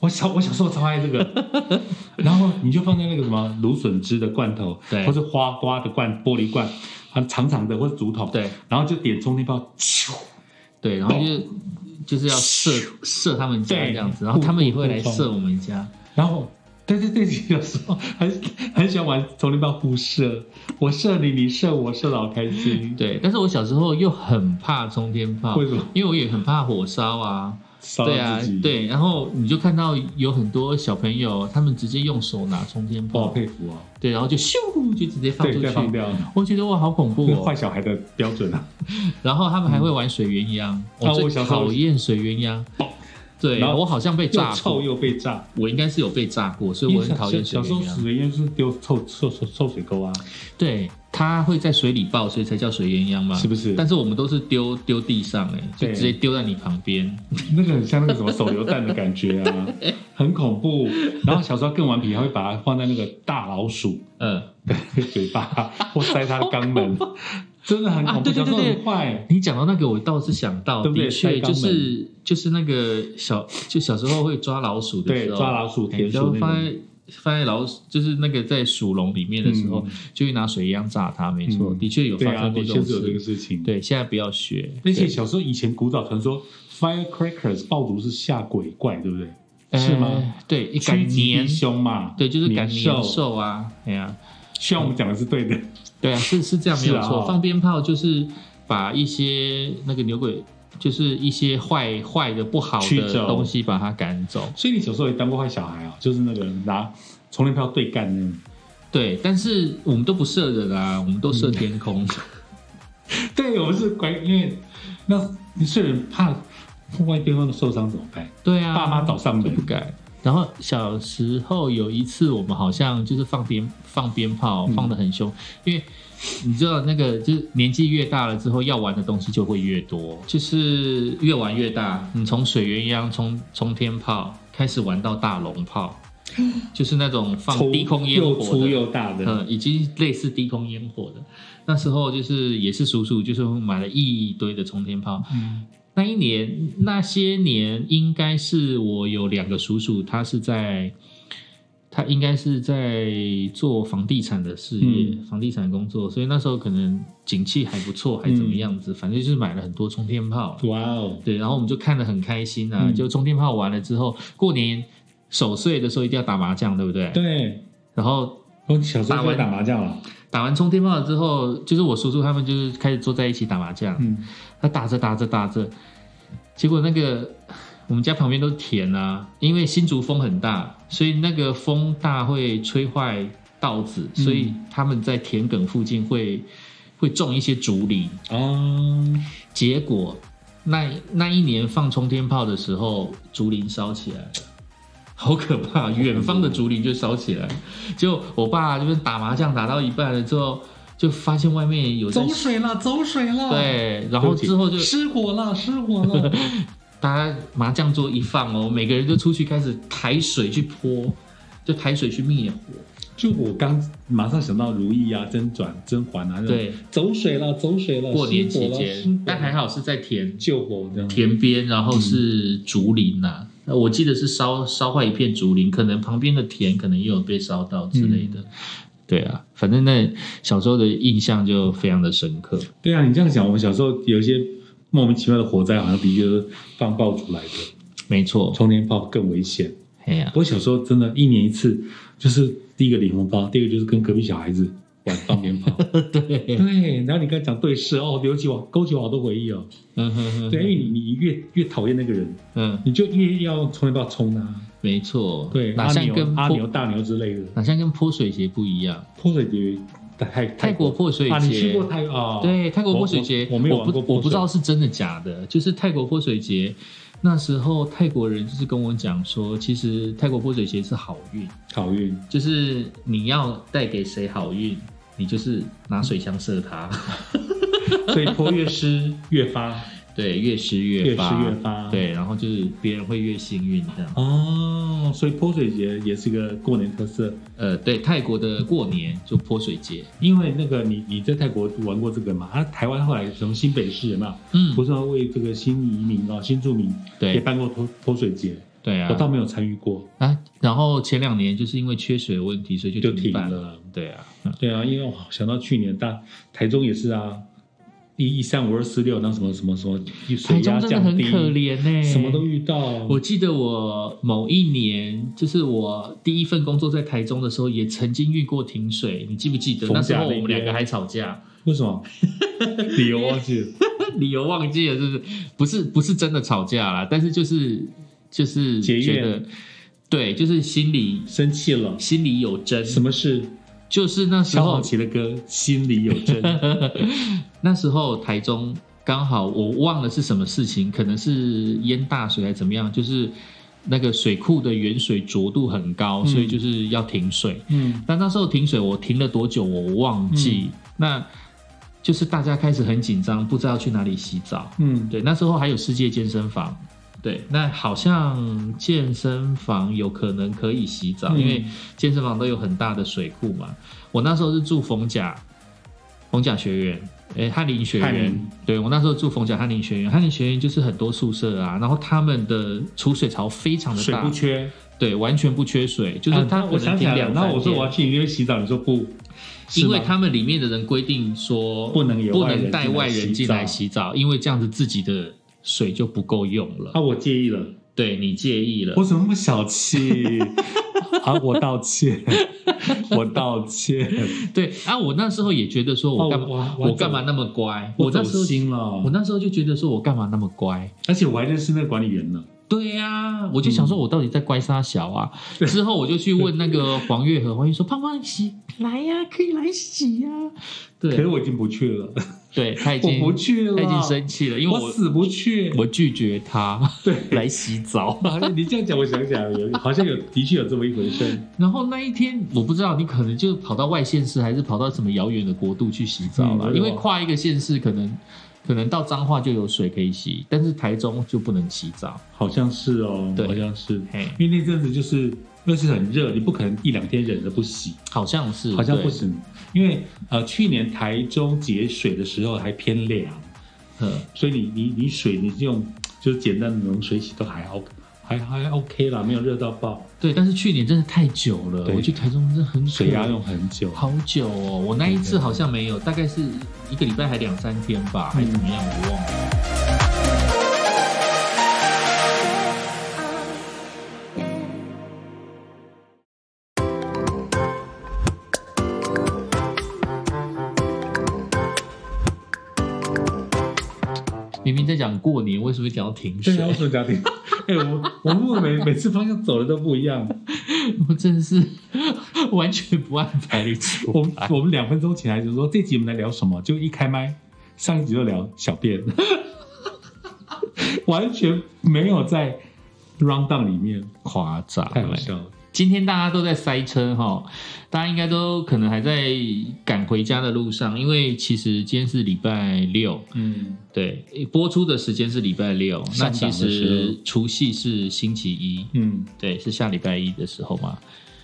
Speaker 2: 我小我小时候超爱这个， 然后你就放在那个什么芦笋汁的罐头，
Speaker 1: 对
Speaker 2: 或是花瓜的罐玻璃罐，很长长的或者竹筒，，
Speaker 1: 对
Speaker 2: 然后就点冲天炮，咻，
Speaker 1: 对，然后就是就是要射射他们家
Speaker 2: 哦对
Speaker 1: 这样子，然后他们也会来
Speaker 2: 互互
Speaker 1: 射我们家，
Speaker 2: 然后。对对 对，有时候很很喜欢玩冲天炮互射，我射你，你射我，射的好开心。
Speaker 1: 对。但是我小时候又很怕冲天炮
Speaker 2: 为，什么
Speaker 1: 因为我也很怕火烧啊。
Speaker 2: 烧
Speaker 1: 对
Speaker 2: 到
Speaker 1: 啊
Speaker 2: 自己？，，
Speaker 1: 对，然后你就看到有很多小朋友，他们直接用手拿冲天
Speaker 2: 我好
Speaker 1: 炮，
Speaker 2: 佩服哦。
Speaker 1: 对，然后就咻就直接放
Speaker 2: 对，
Speaker 1: 出
Speaker 2: 再放
Speaker 1: 去。
Speaker 2: 掉，
Speaker 1: 我觉得哇，好恐怖
Speaker 2: 这是坏
Speaker 1: 哦！
Speaker 2: 小孩的标准啊。
Speaker 1: 然后他们还会玩水鸳鸯，
Speaker 2: 啊
Speaker 1: 最
Speaker 2: 我小时候
Speaker 1: 讨厌水鸳鸯。对，
Speaker 2: 然后
Speaker 1: 我好像被
Speaker 2: 又
Speaker 1: 炸
Speaker 2: 臭
Speaker 1: 过，
Speaker 2: 又被炸，
Speaker 1: 我应该是有被炸过，所以我很讨厌水
Speaker 2: 小小时候
Speaker 1: 鸳鸯。
Speaker 2: 水鸳鸯就是丢臭臭臭臭水沟啊，
Speaker 1: 对，它会在水里爆，所以才叫水鸳鸯嘛，
Speaker 2: 是不是？
Speaker 1: 但是我们都是丢丢地上，哎，就
Speaker 2: 对
Speaker 1: 直接丢在你旁边。
Speaker 2: 那个很像那个什么手榴弹的感 觉啊，很恐怖。然后小时候更顽皮，还会把它放在那个大老鼠
Speaker 1: 嗯，
Speaker 2: 的嘴巴，或塞它的肛 门，真的很恐
Speaker 1: 啊
Speaker 2: 怖。
Speaker 1: 对对
Speaker 2: 小时候
Speaker 1: 对对
Speaker 2: 很坏，
Speaker 1: 你讲到那个，我倒是想到，
Speaker 2: 对不对
Speaker 1: 的确
Speaker 2: 塞肛
Speaker 1: 就
Speaker 2: 门
Speaker 1: 是就是那个小，就小时候会抓老鼠的
Speaker 2: 对，
Speaker 1: 时候，
Speaker 2: 抓老鼠、
Speaker 1: 哎
Speaker 2: 田
Speaker 1: 然后
Speaker 2: 鼠那
Speaker 1: 放
Speaker 2: 种。
Speaker 1: 在放在老鼠，就是那个在鼠笼里面的时候，
Speaker 2: 嗯
Speaker 1: 就会拿水一样炸它。没错，
Speaker 2: 嗯
Speaker 1: 的确有
Speaker 2: 对
Speaker 1: 发
Speaker 2: 啊，
Speaker 1: 生过
Speaker 2: 的
Speaker 1: 这
Speaker 2: 确
Speaker 1: 种
Speaker 2: 是有这个
Speaker 1: 事。
Speaker 2: 事情。
Speaker 1: 对，现在不要学。
Speaker 2: 而且
Speaker 1: 对
Speaker 2: 小时候以前古早传说，firecrackers 爆竹是吓鬼怪，对不对？是吗？
Speaker 1: 呃对，一
Speaker 2: 趋
Speaker 1: 赶
Speaker 2: 吉避
Speaker 1: 年，
Speaker 2: 凶嘛，
Speaker 1: 对，就是赶年
Speaker 2: 年兽。
Speaker 1: 兽啊，哎呀，
Speaker 2: 希望我们讲的是对的。
Speaker 1: 对啊，是是这样没有
Speaker 2: 是啊
Speaker 1: 错。
Speaker 2: 哦
Speaker 1: 放鞭炮就是把一些那个牛鬼，就是一些坏坏的、不好
Speaker 2: 驱
Speaker 1: 的
Speaker 2: 走
Speaker 1: 东西，把它赶走。
Speaker 2: 所以你小时候也当过坏小孩啊，就是那个拿充电票对干那种。
Speaker 1: 对，但是我们都不射人啊，我们都射天
Speaker 2: 嗯
Speaker 1: 空。
Speaker 2: 对，我们是乖，因为那你睡人怕万一对方受伤怎么办？
Speaker 1: 对啊，
Speaker 2: 爸妈找上
Speaker 1: 就
Speaker 2: 门
Speaker 1: 不，敢。然后小时候有一次，我们好像就是放鞭放鞭炮，
Speaker 2: 嗯
Speaker 1: 放的很凶，因为你知道那个就是年纪越大了之后，要玩的东西就会越多，就是越玩越大。你从水鸳鸯、冲冲天炮开始玩到大龙炮，就是那种放
Speaker 2: 抽
Speaker 1: 低空烟
Speaker 2: 又
Speaker 1: 火
Speaker 2: 粗
Speaker 1: 的，
Speaker 2: 又大的，
Speaker 1: 嗯，已经类似低空烟火的。那时候就是也是叔叔，就是买了一堆的冲天炮，
Speaker 2: 嗯，
Speaker 1: 那一年那些年，应该是我有两个叔叔，他是在他应该是在做房地产的事业，
Speaker 2: 嗯
Speaker 1: 房地产工作，所以那时候可能景气还不错，还怎么样子，反正就是买了很多冲天炮。
Speaker 2: 哇哦，
Speaker 1: 对，然后我们就看得很开心啊！
Speaker 2: 嗯
Speaker 1: 就冲天炮完了之后，过年守岁的时候一定要打麻将，对不对？
Speaker 2: 对，
Speaker 1: 然后
Speaker 2: 我小时
Speaker 1: 打
Speaker 2: 候
Speaker 1: 完
Speaker 2: 会打麻将了，
Speaker 1: 打完冲天炮了之后，就是我叔叔他们就是开始坐在一起打麻将。
Speaker 2: 嗯，
Speaker 1: 他打着打着打着，结果那个我们家旁边都是田啊，因为新竹风很大，所以那个风大会吹坏稻子，
Speaker 2: 嗯
Speaker 1: 所以他们在田埂附近会会种一些竹林。
Speaker 2: 哦，
Speaker 1: 结果那那一年放冲天炮的时候，竹林烧起来了。好可怕！远方的竹林就烧起来，就我爸就是打麻将打到一半了之后，就发现外面有在
Speaker 2: 走水了，走水了，，
Speaker 1: 对，然后之后就
Speaker 2: 失火了，失火 了，
Speaker 1: 大家麻将桌一放哦，每个人就出去开始抬水去泼，就抬水去灭火。
Speaker 2: 就我刚马上想到如意啊、甄转、甄嬛啊，，
Speaker 1: 对，
Speaker 2: 走水了，走水了，
Speaker 1: 过年
Speaker 2: 失火
Speaker 1: 期
Speaker 2: 哦了
Speaker 1: 间，嗯但还好是在田
Speaker 2: 救火这样，
Speaker 1: 田边，然后是竹林呐、那我记得是烧烧坏一片竹林，可能旁边的田可能也有被烧到之类
Speaker 2: 嗯
Speaker 1: 的。对啊，反正那小时候的印象就非常的深刻。
Speaker 2: 对啊，你这样想，我们小时候有一些莫名其妙的火灾，好像的确是放爆竹来的，
Speaker 1: 没错，
Speaker 2: 冲天炮更危险。
Speaker 1: 哎呀、
Speaker 2: 不过小时候真的，一年一次，就是第一个领红包，第二个就是跟隔壁小孩子玩放鞭炮。
Speaker 1: 对，
Speaker 2: 对，然后你刚才讲对视哦，留起我勾起我好多回忆哦。
Speaker 1: 嗯哼哼，
Speaker 2: 对，因为你你越越讨厌那个人，
Speaker 1: 嗯，
Speaker 2: 你就越要用冲天炮冲他。
Speaker 1: 没错，
Speaker 2: 对，
Speaker 1: 哪
Speaker 2: 阿
Speaker 1: 像
Speaker 2: 牛
Speaker 1: 跟
Speaker 2: 阿牛
Speaker 1: 泼
Speaker 2: 大牛之类的，
Speaker 1: 哪像跟泼水节不一样？
Speaker 2: 泼水节泰
Speaker 1: 泰国泼水节，
Speaker 2: 啊，你去过泰哦？
Speaker 1: 对，泰国
Speaker 2: 我
Speaker 1: 泼水节，
Speaker 2: 我我没有玩
Speaker 1: 不
Speaker 2: 过泼水
Speaker 1: 我不知道是真的假的。就是泰国泼水节，那时候泰国人就是跟我讲说，其实泰国泼水节是好运，
Speaker 2: 好运，
Speaker 1: 就是你要带给谁好运，你就是拿水枪射他，
Speaker 2: 所以泼 越湿越发，
Speaker 1: 对，越湿越
Speaker 2: 越
Speaker 1: 发，
Speaker 2: 湿越发。。
Speaker 1: 对，然后就是别人会越幸运这样。
Speaker 2: 哦，所以泼水节也是一个过年特色，
Speaker 1: 呃，对，泰国的过年就泼水节，
Speaker 2: 因为那个你你在泰国玩过这个嘛？啊，台湾后来从新北市嘛，
Speaker 1: 嗯
Speaker 2: 不，是要为这个新移民啊、新住民也
Speaker 1: 对
Speaker 2: 办过泼泼水节，
Speaker 1: 对
Speaker 2: 我倒
Speaker 1: 啊，
Speaker 2: 没有参与过，
Speaker 1: 啊，然后前两年就是因为缺水的问题，所以
Speaker 2: 就
Speaker 1: 就
Speaker 2: 停
Speaker 1: 办。
Speaker 2: 了。
Speaker 1: 对啊，嗯
Speaker 2: 对啊，因为我想到去年大台中也是啊，一一三五二四六，那什么什么什么
Speaker 1: 台
Speaker 2: 水压
Speaker 1: 中真的
Speaker 2: 降
Speaker 1: 很
Speaker 2: 低，
Speaker 1: 可怜欸呢、
Speaker 2: 什么都遇到。
Speaker 1: 我记得我某一年，就是我第一份工作在台中的时候，也曾经遇过停水，你记不记得？
Speaker 2: 逢
Speaker 1: 那时
Speaker 2: 甲
Speaker 1: 候我
Speaker 2: 那
Speaker 1: 们
Speaker 2: 边
Speaker 1: 两个还吵架，
Speaker 2: 为什么？理由忘记了，
Speaker 1: 理由忘记了，是不是？不是不是真的吵架啦，但是就是就是
Speaker 2: 结
Speaker 1: 觉
Speaker 2: 怨
Speaker 1: 得，对，就是心里
Speaker 2: 生气了。
Speaker 1: 心里有针，
Speaker 2: 什么事？
Speaker 1: 就是那时
Speaker 2: 萧煌
Speaker 1: 候
Speaker 2: 奇的歌《心里有 针》
Speaker 1: 那时候台中刚好我忘了是什么事情，可能是淹大水还是怎么样，就是那个水库的原水浊度很高，
Speaker 2: 嗯
Speaker 1: 所以就是要停水。
Speaker 2: 嗯，
Speaker 1: 但那时候停水，我停了多久我忘记。那就是大家开始很紧张，不知道去哪里洗澡。
Speaker 2: 嗯，
Speaker 1: 对，那时候还有世界健身房。对，那好像健身房有可能可以洗澡，
Speaker 2: 嗯
Speaker 1: 啊因为健身房都有很大的水库嘛。我那时候是住逢甲，逢甲学院，诶、翰林学
Speaker 2: 翰
Speaker 1: 院
Speaker 2: 林。
Speaker 1: 对我那时候住逢甲翰林学院，翰林学院就是很多宿舍啊，然后他们的储水槽非常的
Speaker 2: 嗯水
Speaker 1: 大
Speaker 2: 不，缺，
Speaker 1: 对，完全不缺水，就是
Speaker 2: 啊
Speaker 1: 它
Speaker 2: 我
Speaker 1: 可能
Speaker 2: 想起
Speaker 1: 停
Speaker 2: 来了
Speaker 1: 两。
Speaker 2: 然
Speaker 1: 三
Speaker 2: 后我说
Speaker 1: 天
Speaker 2: 我要去你那边洗澡，你说不，是
Speaker 1: 因为
Speaker 2: 吗
Speaker 1: 他们里面的人规定说
Speaker 2: 不能有
Speaker 1: 不
Speaker 2: 外人
Speaker 1: 能带
Speaker 2: 进来
Speaker 1: 外人
Speaker 2: 洗
Speaker 1: 进来
Speaker 2: 澡
Speaker 1: 洗澡，因为这样子自己的水就不够用了。
Speaker 2: 啊，我介意了，
Speaker 1: 对你介意了
Speaker 2: 我，怎么那么小 气？啊，我道歉，我道歉，
Speaker 1: 对啊，我那时候也觉得说我
Speaker 2: 哦
Speaker 1: 干嘛、
Speaker 2: 我我
Speaker 1: 我干嘛那么乖，
Speaker 2: 我
Speaker 1: 那
Speaker 2: 走
Speaker 1: 时候
Speaker 2: 心啊了
Speaker 1: 我，那时候就觉得说我干嘛那么乖。
Speaker 2: 而且我还认识那个管理员呢。
Speaker 1: 对呀、我就想
Speaker 2: 嗯
Speaker 1: 说，我到底在乖啥小啊？之后我就去问那个黄月和，黄月说：“胖胖洗来呀、可以来洗呀、
Speaker 2: 可是
Speaker 1: 对，
Speaker 2: 我已经不去了，
Speaker 1: 对他已
Speaker 2: 我
Speaker 1: 经
Speaker 2: 不去了，
Speaker 1: 他已经生气了，因为
Speaker 2: 我
Speaker 1: 我
Speaker 2: 死不去。
Speaker 1: 我拒绝他
Speaker 2: 对，
Speaker 1: 来洗澡。
Speaker 2: 你这样讲，我想起来了，有好像有的确有这么一回事。
Speaker 1: 然后那一天，我不知道你可能就跑到外县市，还是跑到什么遥远的国度去洗澡了，
Speaker 2: 嗯
Speaker 1: 因为跨一个县市，可能可能到彰化就有水可以洗，但是台中就不能洗澡。
Speaker 2: 好像是哦，
Speaker 1: 对
Speaker 2: 好像是，
Speaker 1: 嘿，
Speaker 2: 因为那阵子就是那是很热，你不可能一两天忍着不洗，
Speaker 1: 好像是，
Speaker 2: 好像不
Speaker 1: 对，
Speaker 2: 行。因为呃，去年台中节水的时候还偏凉，
Speaker 1: 嗯
Speaker 2: 所以你你你水你用就是简单的冷水洗都还好，还还 OK 啦，没有热到爆。
Speaker 1: 对，但是去年真的太久了，
Speaker 2: 对
Speaker 1: 我去台中真的很久
Speaker 2: 水压用很久，
Speaker 1: 好久哦，我那一次好像没有，大概是一个礼拜还两三天吧，
Speaker 2: 嗯
Speaker 1: 还是怎么样，我忘了。明明在讲过年，为什么会讲到停水
Speaker 2: 对啊，？我什么家庭？哎、我我们每每次方向走的都不一样。
Speaker 1: 我真的是 完全不按牌理出
Speaker 2: 我们
Speaker 1: 牌。
Speaker 2: 我们两分钟前来就说这集我们来聊什么，就一开麦，上一集就聊小便， 完全没有在 round down 里面，
Speaker 1: 夸张欸
Speaker 2: 太好笑了。
Speaker 1: 今天大家都在塞车哈，大家应该都可能还在赶回家的路上，因为其实今天是礼拜六，
Speaker 2: 嗯，
Speaker 1: 对，播出的时间是礼拜六，那
Speaker 2: 上档
Speaker 1: 其
Speaker 2: 的时候
Speaker 1: 实除夕是星期一，
Speaker 2: 嗯，
Speaker 1: 对，是下礼拜一的时候嘛。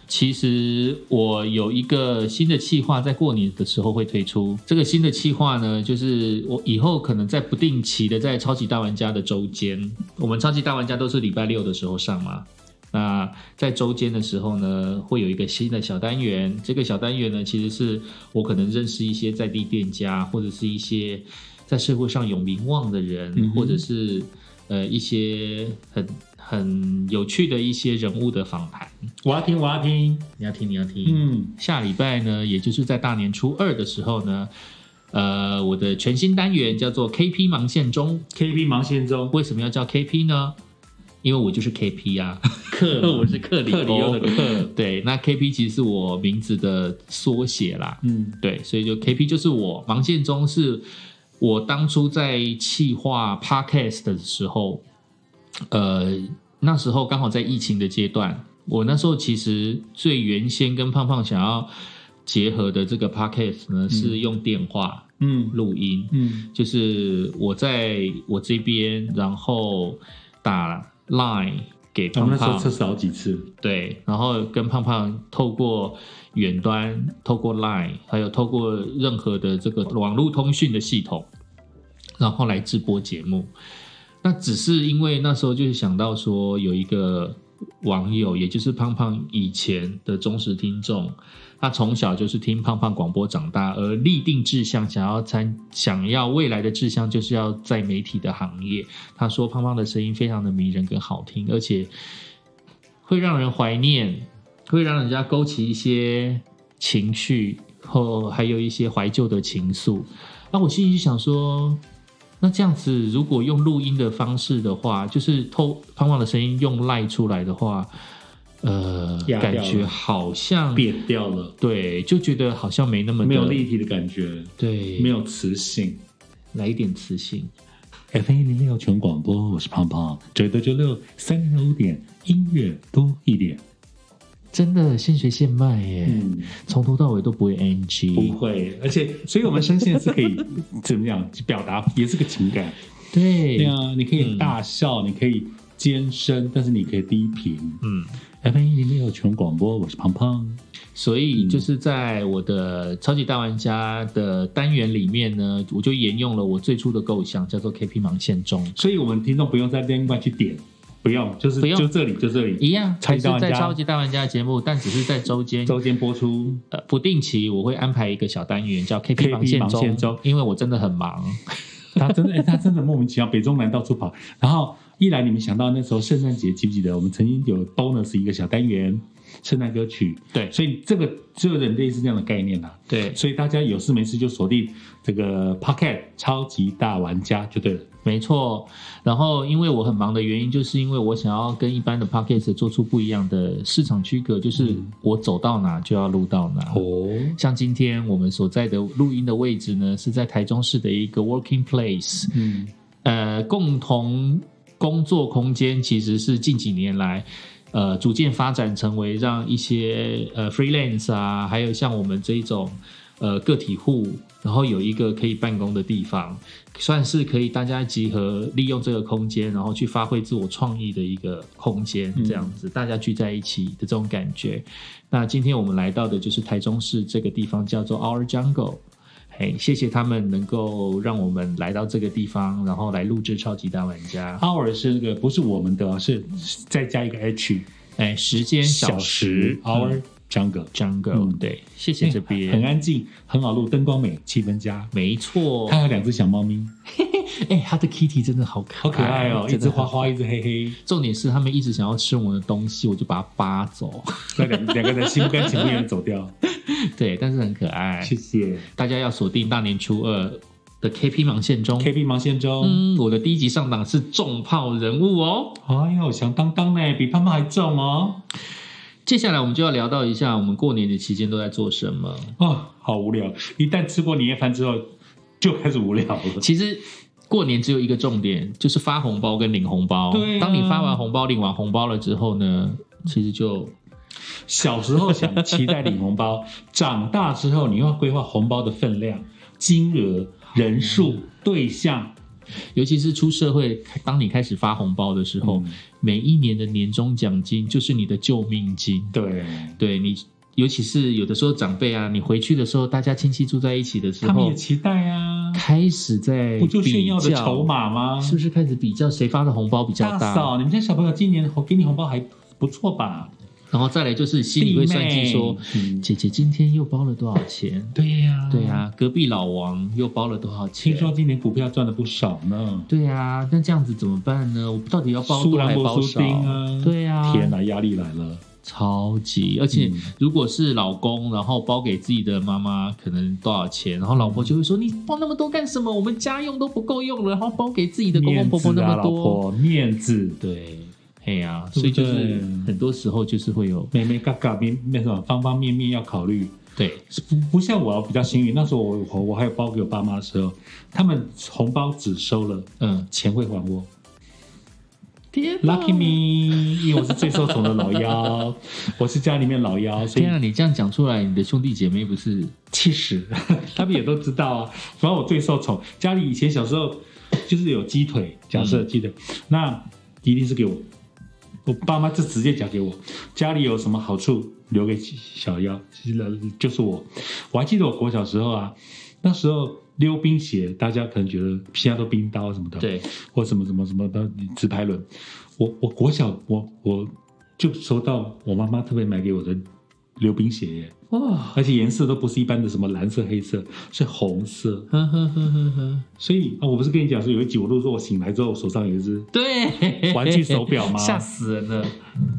Speaker 1: 其实我有一个新的计划，在过年的时候会推出。这个新的计划呢，就是我以后可能在不定期的在超级大玩家的周间，我们超级大玩家都是礼拜六的时候上嘛。那在周间的时候呢，会有一个新的小单元。这个小单元呢，其实是我可能认识一些在地店家，或者是一些在社会上有名望的人，
Speaker 2: 嗯哼
Speaker 1: 或者是呃一些很很有趣的一些人物的访谈。
Speaker 2: 我要听，我要听，
Speaker 1: 你要听，你要听。
Speaker 2: 嗯，
Speaker 1: 下礼拜呢，也就是在大年初二的时候呢，呃，我的全新单元叫做 KP 盲线中。
Speaker 2: KB 盲线中，
Speaker 1: 为什么要叫 KP 呢？因为我就是 KP 啊，克， 我是克里
Speaker 2: 克里
Speaker 1: 欧
Speaker 2: 欧的克，
Speaker 1: 对，那 KP 其实是我名字的缩写啦。
Speaker 2: 嗯
Speaker 1: 对，所以就 KP 就是我，盲线中是我当初在企划 Podcast 的时候，呃，那时候刚好在疫情的阶段，我那时候其实最原先跟胖胖想要结合的这个 Podcast 呢，是用电话
Speaker 2: 嗯
Speaker 1: 录音，
Speaker 2: 嗯
Speaker 1: 就是我在我这边，然后打 Line 给
Speaker 2: 我
Speaker 1: 胖
Speaker 2: 们那时
Speaker 1: 胖
Speaker 2: 候，测试好几次，
Speaker 1: 对，然后跟胖胖透过远端、透过 Line，还有透过任何的这个网络通讯的系统，然后来直播节目。那只是因为那时候就是想到说有一个网友，也就是胖胖以前的忠实听众，他从小就是听胖胖广播长大，而立定志向想要参想要未来的志向就是要在媒体的行业。他说胖胖的声音非常的迷人跟好听，而且会让人怀念，会让人家勾起一些情绪，后还有一些怀旧的情愫。那我心里就想说，那这样子如果用录音的方式的话，就是透胖胖的声音用赖出来的话，呃，
Speaker 2: 压掉了
Speaker 1: 感觉好像
Speaker 2: 扁掉了，
Speaker 1: 对，就觉得好像没那么的
Speaker 2: 没有立体的感觉，
Speaker 1: 对，
Speaker 2: 没有磁性。
Speaker 1: 来一点磁性。
Speaker 2: FM 零六全广播，我是胖胖，九九九六三零五点，音乐多一点。
Speaker 1: 真的现学现卖耶，
Speaker 2: 嗯，
Speaker 1: 从头到尾都不会
Speaker 2: 不
Speaker 1: NG。
Speaker 2: 会，而且，所以我们声线是可以怎么样表达，也是个情感。
Speaker 1: 对，
Speaker 2: 对啊，你可以大笑，你可以尖声，但是你可以低频。
Speaker 1: 嗯，
Speaker 2: FM 零六全广播，我是胖胖。
Speaker 1: 所
Speaker 2: 嗯
Speaker 1: 以就是在我的超级大玩家的单元里面呢，我就沿用了我最初的构想，叫做 KP 盲线中，
Speaker 2: 所以我们听众不用在另外去点，不用，就是
Speaker 1: 不用
Speaker 2: 就这里，就这里。
Speaker 1: 一样
Speaker 2: 超
Speaker 1: 还
Speaker 2: 级
Speaker 1: 是
Speaker 2: 大玩家
Speaker 1: 在超级大玩家的节目，但只是在周间。
Speaker 2: 周间播出，
Speaker 1: 呃，不定期我会安排一个小单元叫 KP
Speaker 2: KP
Speaker 1: 盲线
Speaker 2: 盲线
Speaker 1: 中
Speaker 2: 中，
Speaker 1: 因为我真的很忙。
Speaker 2: 他真的，哎他真的莫名其妙，北中南到处跑。然后一来，你们想到那时候圣诞节记不记得，我们曾经有 bonus 一个小单元，圣诞歌曲。
Speaker 1: 对
Speaker 2: 所以这个就有点类似这样的概念啦、
Speaker 1: 对，
Speaker 2: 所以大家有事没事就锁定这个 Pocket 超级大玩家就对了。
Speaker 1: 没错，然后因为我很忙的原因，就是因为我想要跟一般的 podcast 做出不一样的市场区隔，就是我走到哪就要录到哪。
Speaker 2: 哦，
Speaker 1: 像今天我们所在的录音的位置呢，是在台中市的一个 working place，
Speaker 2: 嗯，
Speaker 1: 呃，共同工作空间其实是近几年来。呃，逐渐发展成为让一些呃 freelance 啊，还有像我们这一种呃个体户，然后有一个可以办公的地方，算是可以大家集合利用这个空间，然后去发挥自我创意的一个空间，
Speaker 2: 嗯
Speaker 1: 这样子、大家聚在一起的这种感觉。那今天我们来到的就是台中市这个地方，叫做 Our Jungle。嘿，谢谢他们能够让我们来到这个地方，然后来录制超级大玩家。
Speaker 2: hour 是那个不是我们的，哦是再加一个 h
Speaker 1: 哎，时间
Speaker 2: 小
Speaker 1: 时
Speaker 2: 时 hour jungle，
Speaker 1: Jungle，、
Speaker 2: 嗯
Speaker 1: 对，谢谢这边，
Speaker 2: 很安静，很好录，灯光美，气氛佳。
Speaker 1: 没错。
Speaker 2: 它有两只小猫咪，
Speaker 1: 哎、它的 Kitty 真的好可爱，
Speaker 2: 好可爱哦，一
Speaker 1: 真的
Speaker 2: 只
Speaker 1: 很
Speaker 2: 花。花，一只黑黑，
Speaker 1: 重点是他们一直想要吃我们的东西，我就把它扒走。
Speaker 2: 那两两个人心不甘情不愿地走掉。
Speaker 1: 对，但是很可爱。
Speaker 2: 谢
Speaker 1: 大家要锁定大年初二的 KP 盲线中。
Speaker 2: ，KB 盲线中，
Speaker 1: 嗯，我的第一集上档是重炮人物哦。
Speaker 2: 哎呦，响当当呢，比胖胖还重哦。
Speaker 1: 接下来我们就要聊到一下我们过年的期间都在做什么。
Speaker 2: 哦，好无聊！一旦吃过年夜饭之后，就开始无聊了。
Speaker 1: 其实过年只有一个重点，就是发红包跟领红包。
Speaker 2: 对啊
Speaker 1: 当你发完红包、领完红包了之后呢，其实就
Speaker 2: 小时候想期待领红包， 长大之后你又要规划红包的分量、金额、人数、
Speaker 1: 嗯
Speaker 2: 对象。
Speaker 1: 尤其是出社会，当你开始发红包的时候，
Speaker 2: 嗯
Speaker 1: 每一年的年终奖金就是你的救命金。
Speaker 2: 对，
Speaker 1: 对你，尤其是有的时候长辈啊，你回去的时候，大家亲戚住在一起的时
Speaker 2: 他们
Speaker 1: 候
Speaker 2: 也，期待啊，
Speaker 1: 开始在
Speaker 2: 不就炫耀的
Speaker 1: 比较
Speaker 2: 筹码吗？
Speaker 1: 是不是开始比较谁发的红包比较
Speaker 2: 大
Speaker 1: 大？
Speaker 2: 嫂，你们家小朋友今年红给你红包还不错吧？
Speaker 1: 然后再来就是心里会算计说
Speaker 2: 弟，妹，嗯
Speaker 1: 姐姐今天又包了多少钱？
Speaker 2: 对呀，
Speaker 1: 对，啊，隔壁老王又包了多少钱？
Speaker 2: 听说今年股票赚了不少呢。
Speaker 1: 对啊，那这样子怎么办呢？我到底要包
Speaker 2: 苏
Speaker 1: 多
Speaker 2: 兰
Speaker 1: 还包少
Speaker 2: 博苏？丁啊，
Speaker 1: 对啊，
Speaker 2: 天哪，压力来了。
Speaker 1: 超级！而且
Speaker 2: 嗯
Speaker 1: 如果是老公，然后包给自己的妈妈，可能多少钱？然后老婆就会说：“你包那么多干什么？我们家用都不够用了，然后包给自己的公公婆婆那么
Speaker 2: 面子啊老
Speaker 1: 多。
Speaker 2: 婆面子，
Speaker 1: 对，哎呀、
Speaker 2: 对
Speaker 1: 所以
Speaker 2: 不
Speaker 1: 就
Speaker 2: 对
Speaker 1: 是很多时候就是会有
Speaker 2: 妹妹嘎嘎面那什么方方面面要考虑，
Speaker 1: 对
Speaker 2: 不不像我比较幸运，那时候我我我还有包给我爸妈的时候，他们红包只收了
Speaker 1: 嗯，
Speaker 2: 钱会还我
Speaker 1: 天哪
Speaker 2: 嗯，lucky me，因为我是最受宠的老幺，我是家里面老幺，所以
Speaker 1: 天啊，你这样讲出来，你的兄弟姐妹不是
Speaker 2: 其实他们也都知道啊。反正我最受宠，家里以前小时候就是有鸡腿，假设鸡腿，那一定是给我，我爸妈就直接夹给我。家里有什么好处留给小妖，就是我。我还记得我国小时候啊，那时候溜冰鞋，大家可能觉得现在都冰刀什么的，，
Speaker 1: 对
Speaker 2: 或什么什么什么的直排轮。我我国小我我就收到我妈妈特别买给我的溜冰鞋耶。
Speaker 1: 哇？
Speaker 2: 而且颜色都不是一般的什么蓝色、黑色，是红色。
Speaker 1: 呵呵呵呵呵，
Speaker 2: 所以啊，我不是跟你讲说有一集我录说我醒来之后我手上有一只，
Speaker 1: 对，
Speaker 2: 玩具手表吗
Speaker 1: 吓死人了。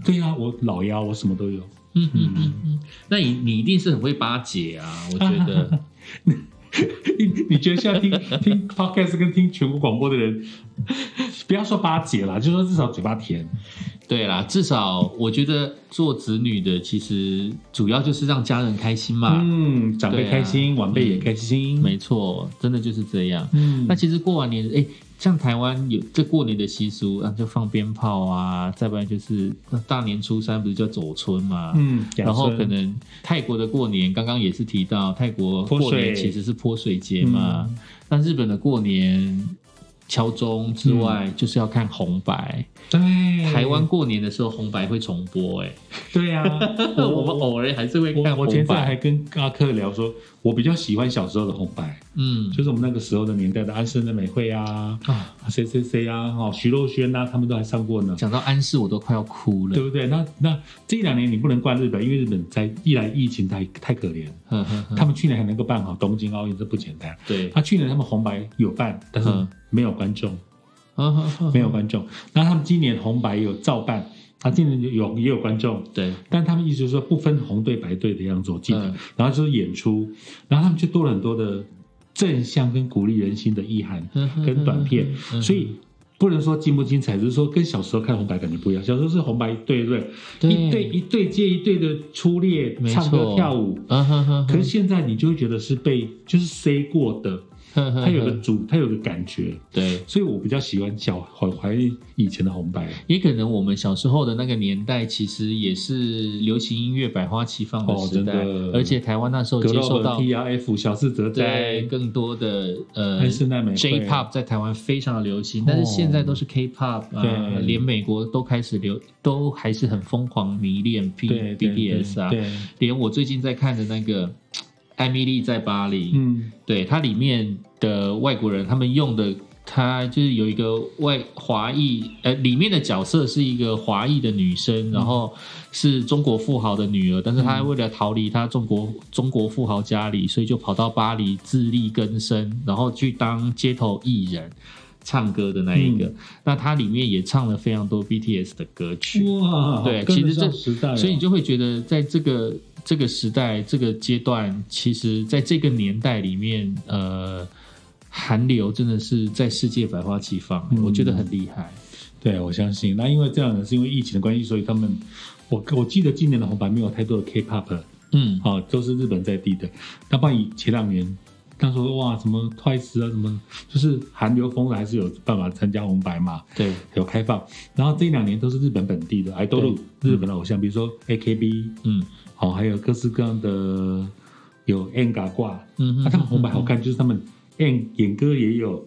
Speaker 2: 对啊，我老腰我什么都有，
Speaker 1: 嗯嗯嗯嗯，那你你一定是很会巴结啊，我觉得。
Speaker 2: 你你觉得现在听听 podcast 跟听全国广播的人，不要说巴结啦，就说至少嘴巴甜。
Speaker 1: 对啦，至少我觉得做子女的，其实主要就是让家人开心嘛。
Speaker 2: 嗯，长
Speaker 1: 对
Speaker 2: 辈
Speaker 1: 啊
Speaker 2: 开心，晚辈也开心。
Speaker 1: 没错，真的就是这样。
Speaker 2: 嗯，
Speaker 1: 那其实过完年，哎，像台湾有这过年的习俗，啊，就放鞭炮啊，再不然就是那大年初三不是叫走春嘛。
Speaker 2: 嗯，
Speaker 1: 然后
Speaker 2: 养
Speaker 1: 可
Speaker 2: 生
Speaker 1: 能泰国的过年，刚刚也是提到泰国
Speaker 2: 泼
Speaker 1: 过
Speaker 2: 水
Speaker 1: 年其实是泼水节嘛。
Speaker 2: 嗯
Speaker 1: 那日本的过年敲钟之
Speaker 2: 嗯
Speaker 1: 外，就是要看红白。
Speaker 2: 对
Speaker 1: 台湾过年的时候，红白会重播、哎，
Speaker 2: 对啊，
Speaker 1: 我
Speaker 2: 我
Speaker 1: 我们
Speaker 2: 我
Speaker 1: 偶尔还是会看
Speaker 2: 我我
Speaker 1: 红
Speaker 2: 前阵
Speaker 1: 白。
Speaker 2: 还跟阿克聊说，我比较喜欢小时候的红白。
Speaker 1: 嗯，
Speaker 2: 就是我们那个时候的年代的安室奈美惠啊，
Speaker 1: 啊，
Speaker 2: 谁谁谁啊，哦，徐若瑄啊，他们都还上过呢，
Speaker 1: 讲到安室，我都快要哭了
Speaker 2: 对。不对？那那这一两年你不能怪日本，因为日本在一来疫情太太可怜，
Speaker 1: 呵呵呵
Speaker 2: 他们去年还能够办好东京奥运，这不简单。
Speaker 1: 对，
Speaker 2: 他、去年他们红白有办，但是
Speaker 1: 嗯
Speaker 2: 没有观众，
Speaker 1: 呵呵呵
Speaker 2: 没有观众。那他们今年红白有照办，他、今年有也有观众，
Speaker 1: 对，
Speaker 2: 但他们意思就是说不分红队白队的样子，我记得。
Speaker 1: 嗯
Speaker 2: 然后就是演出，然后他们就多了很多的正向跟鼓励人心的意涵
Speaker 1: 嗯哼
Speaker 2: 跟短片
Speaker 1: 嗯哼，
Speaker 2: 所以。不能说精不精彩，只是说跟小时候看红白感觉不一样。小时候是红白对对，
Speaker 1: 对
Speaker 2: 一对一对接一对的出列
Speaker 1: 没错
Speaker 2: 唱歌跳舞。
Speaker 1: 嗯哼哼
Speaker 2: 可
Speaker 1: 哼
Speaker 2: 是现在你就会觉得是被就是塞过的，
Speaker 1: 呵呵
Speaker 2: 它有个
Speaker 1: 呵
Speaker 2: 主，它有个感觉。
Speaker 1: 对。
Speaker 2: 所以我比较喜欢小怀怀念以前的红白。
Speaker 1: 也可能我们小时候的那个年代，其实也是流行音乐百花齐放的时代，
Speaker 2: 哦真的
Speaker 1: 而且台湾那时候
Speaker 2: 格
Speaker 1: 接
Speaker 2: 洛
Speaker 1: 受
Speaker 2: 和
Speaker 1: 到
Speaker 2: T R F 小四哲
Speaker 1: 对
Speaker 2: 在
Speaker 1: 更多的呃
Speaker 2: 安室奈美惠
Speaker 1: J-pop 在台湾非常的流行，但是现在都是 K-pop 啊，
Speaker 2: 哦对
Speaker 1: 连美国都开始流，都还是很疯狂迷恋 P
Speaker 2: 对对
Speaker 1: BTS 啊，
Speaker 2: 对对
Speaker 1: 连我最近在看的那个艾米丽在巴黎》
Speaker 2: 嗯，
Speaker 1: 对它里面的外国人，他们用的，它就是有一个外华裔，呃，里面的角色是一个华裔的女生，然后是中国富豪的女儿，但是她为了逃离她中国中国富豪家里，所以就跑到巴黎自力更生，然后去当街头艺人。唱歌的那一个，那它里面也唱了非常多 BTS 的歌曲，
Speaker 2: 哇，
Speaker 1: 嗯对
Speaker 2: 跟得
Speaker 1: 其实
Speaker 2: 上
Speaker 1: 这
Speaker 2: 时代哦，
Speaker 1: 所以你就会觉得，在这个这个时代、这个阶段，其实在这个年代里面，呃，韩流真的是在世界百花齐放、
Speaker 2: 嗯
Speaker 1: 我觉得很厉害。
Speaker 2: 对，我相信。那因为这样呢，是因为疫情的关系，所以他们，我我记得今年的红白没有太多的 K-pop，
Speaker 1: 嗯，
Speaker 2: 哦，都是日本在地的。那不然以前两年，那时候哇，什么 Twice 啊，什么就是韩流风的，还是有办法参加红白嘛，
Speaker 1: 对，
Speaker 2: 有开放。然后这一两年都是日本本地的 idol，
Speaker 1: 对
Speaker 2: 日本的偶像，比如说 AKB，
Speaker 1: 嗯
Speaker 2: 哦，还有各式各样的有 N 嘎挂，
Speaker 1: 嗯哼，
Speaker 2: 那他们红白好看，就是他们 N 演歌也有，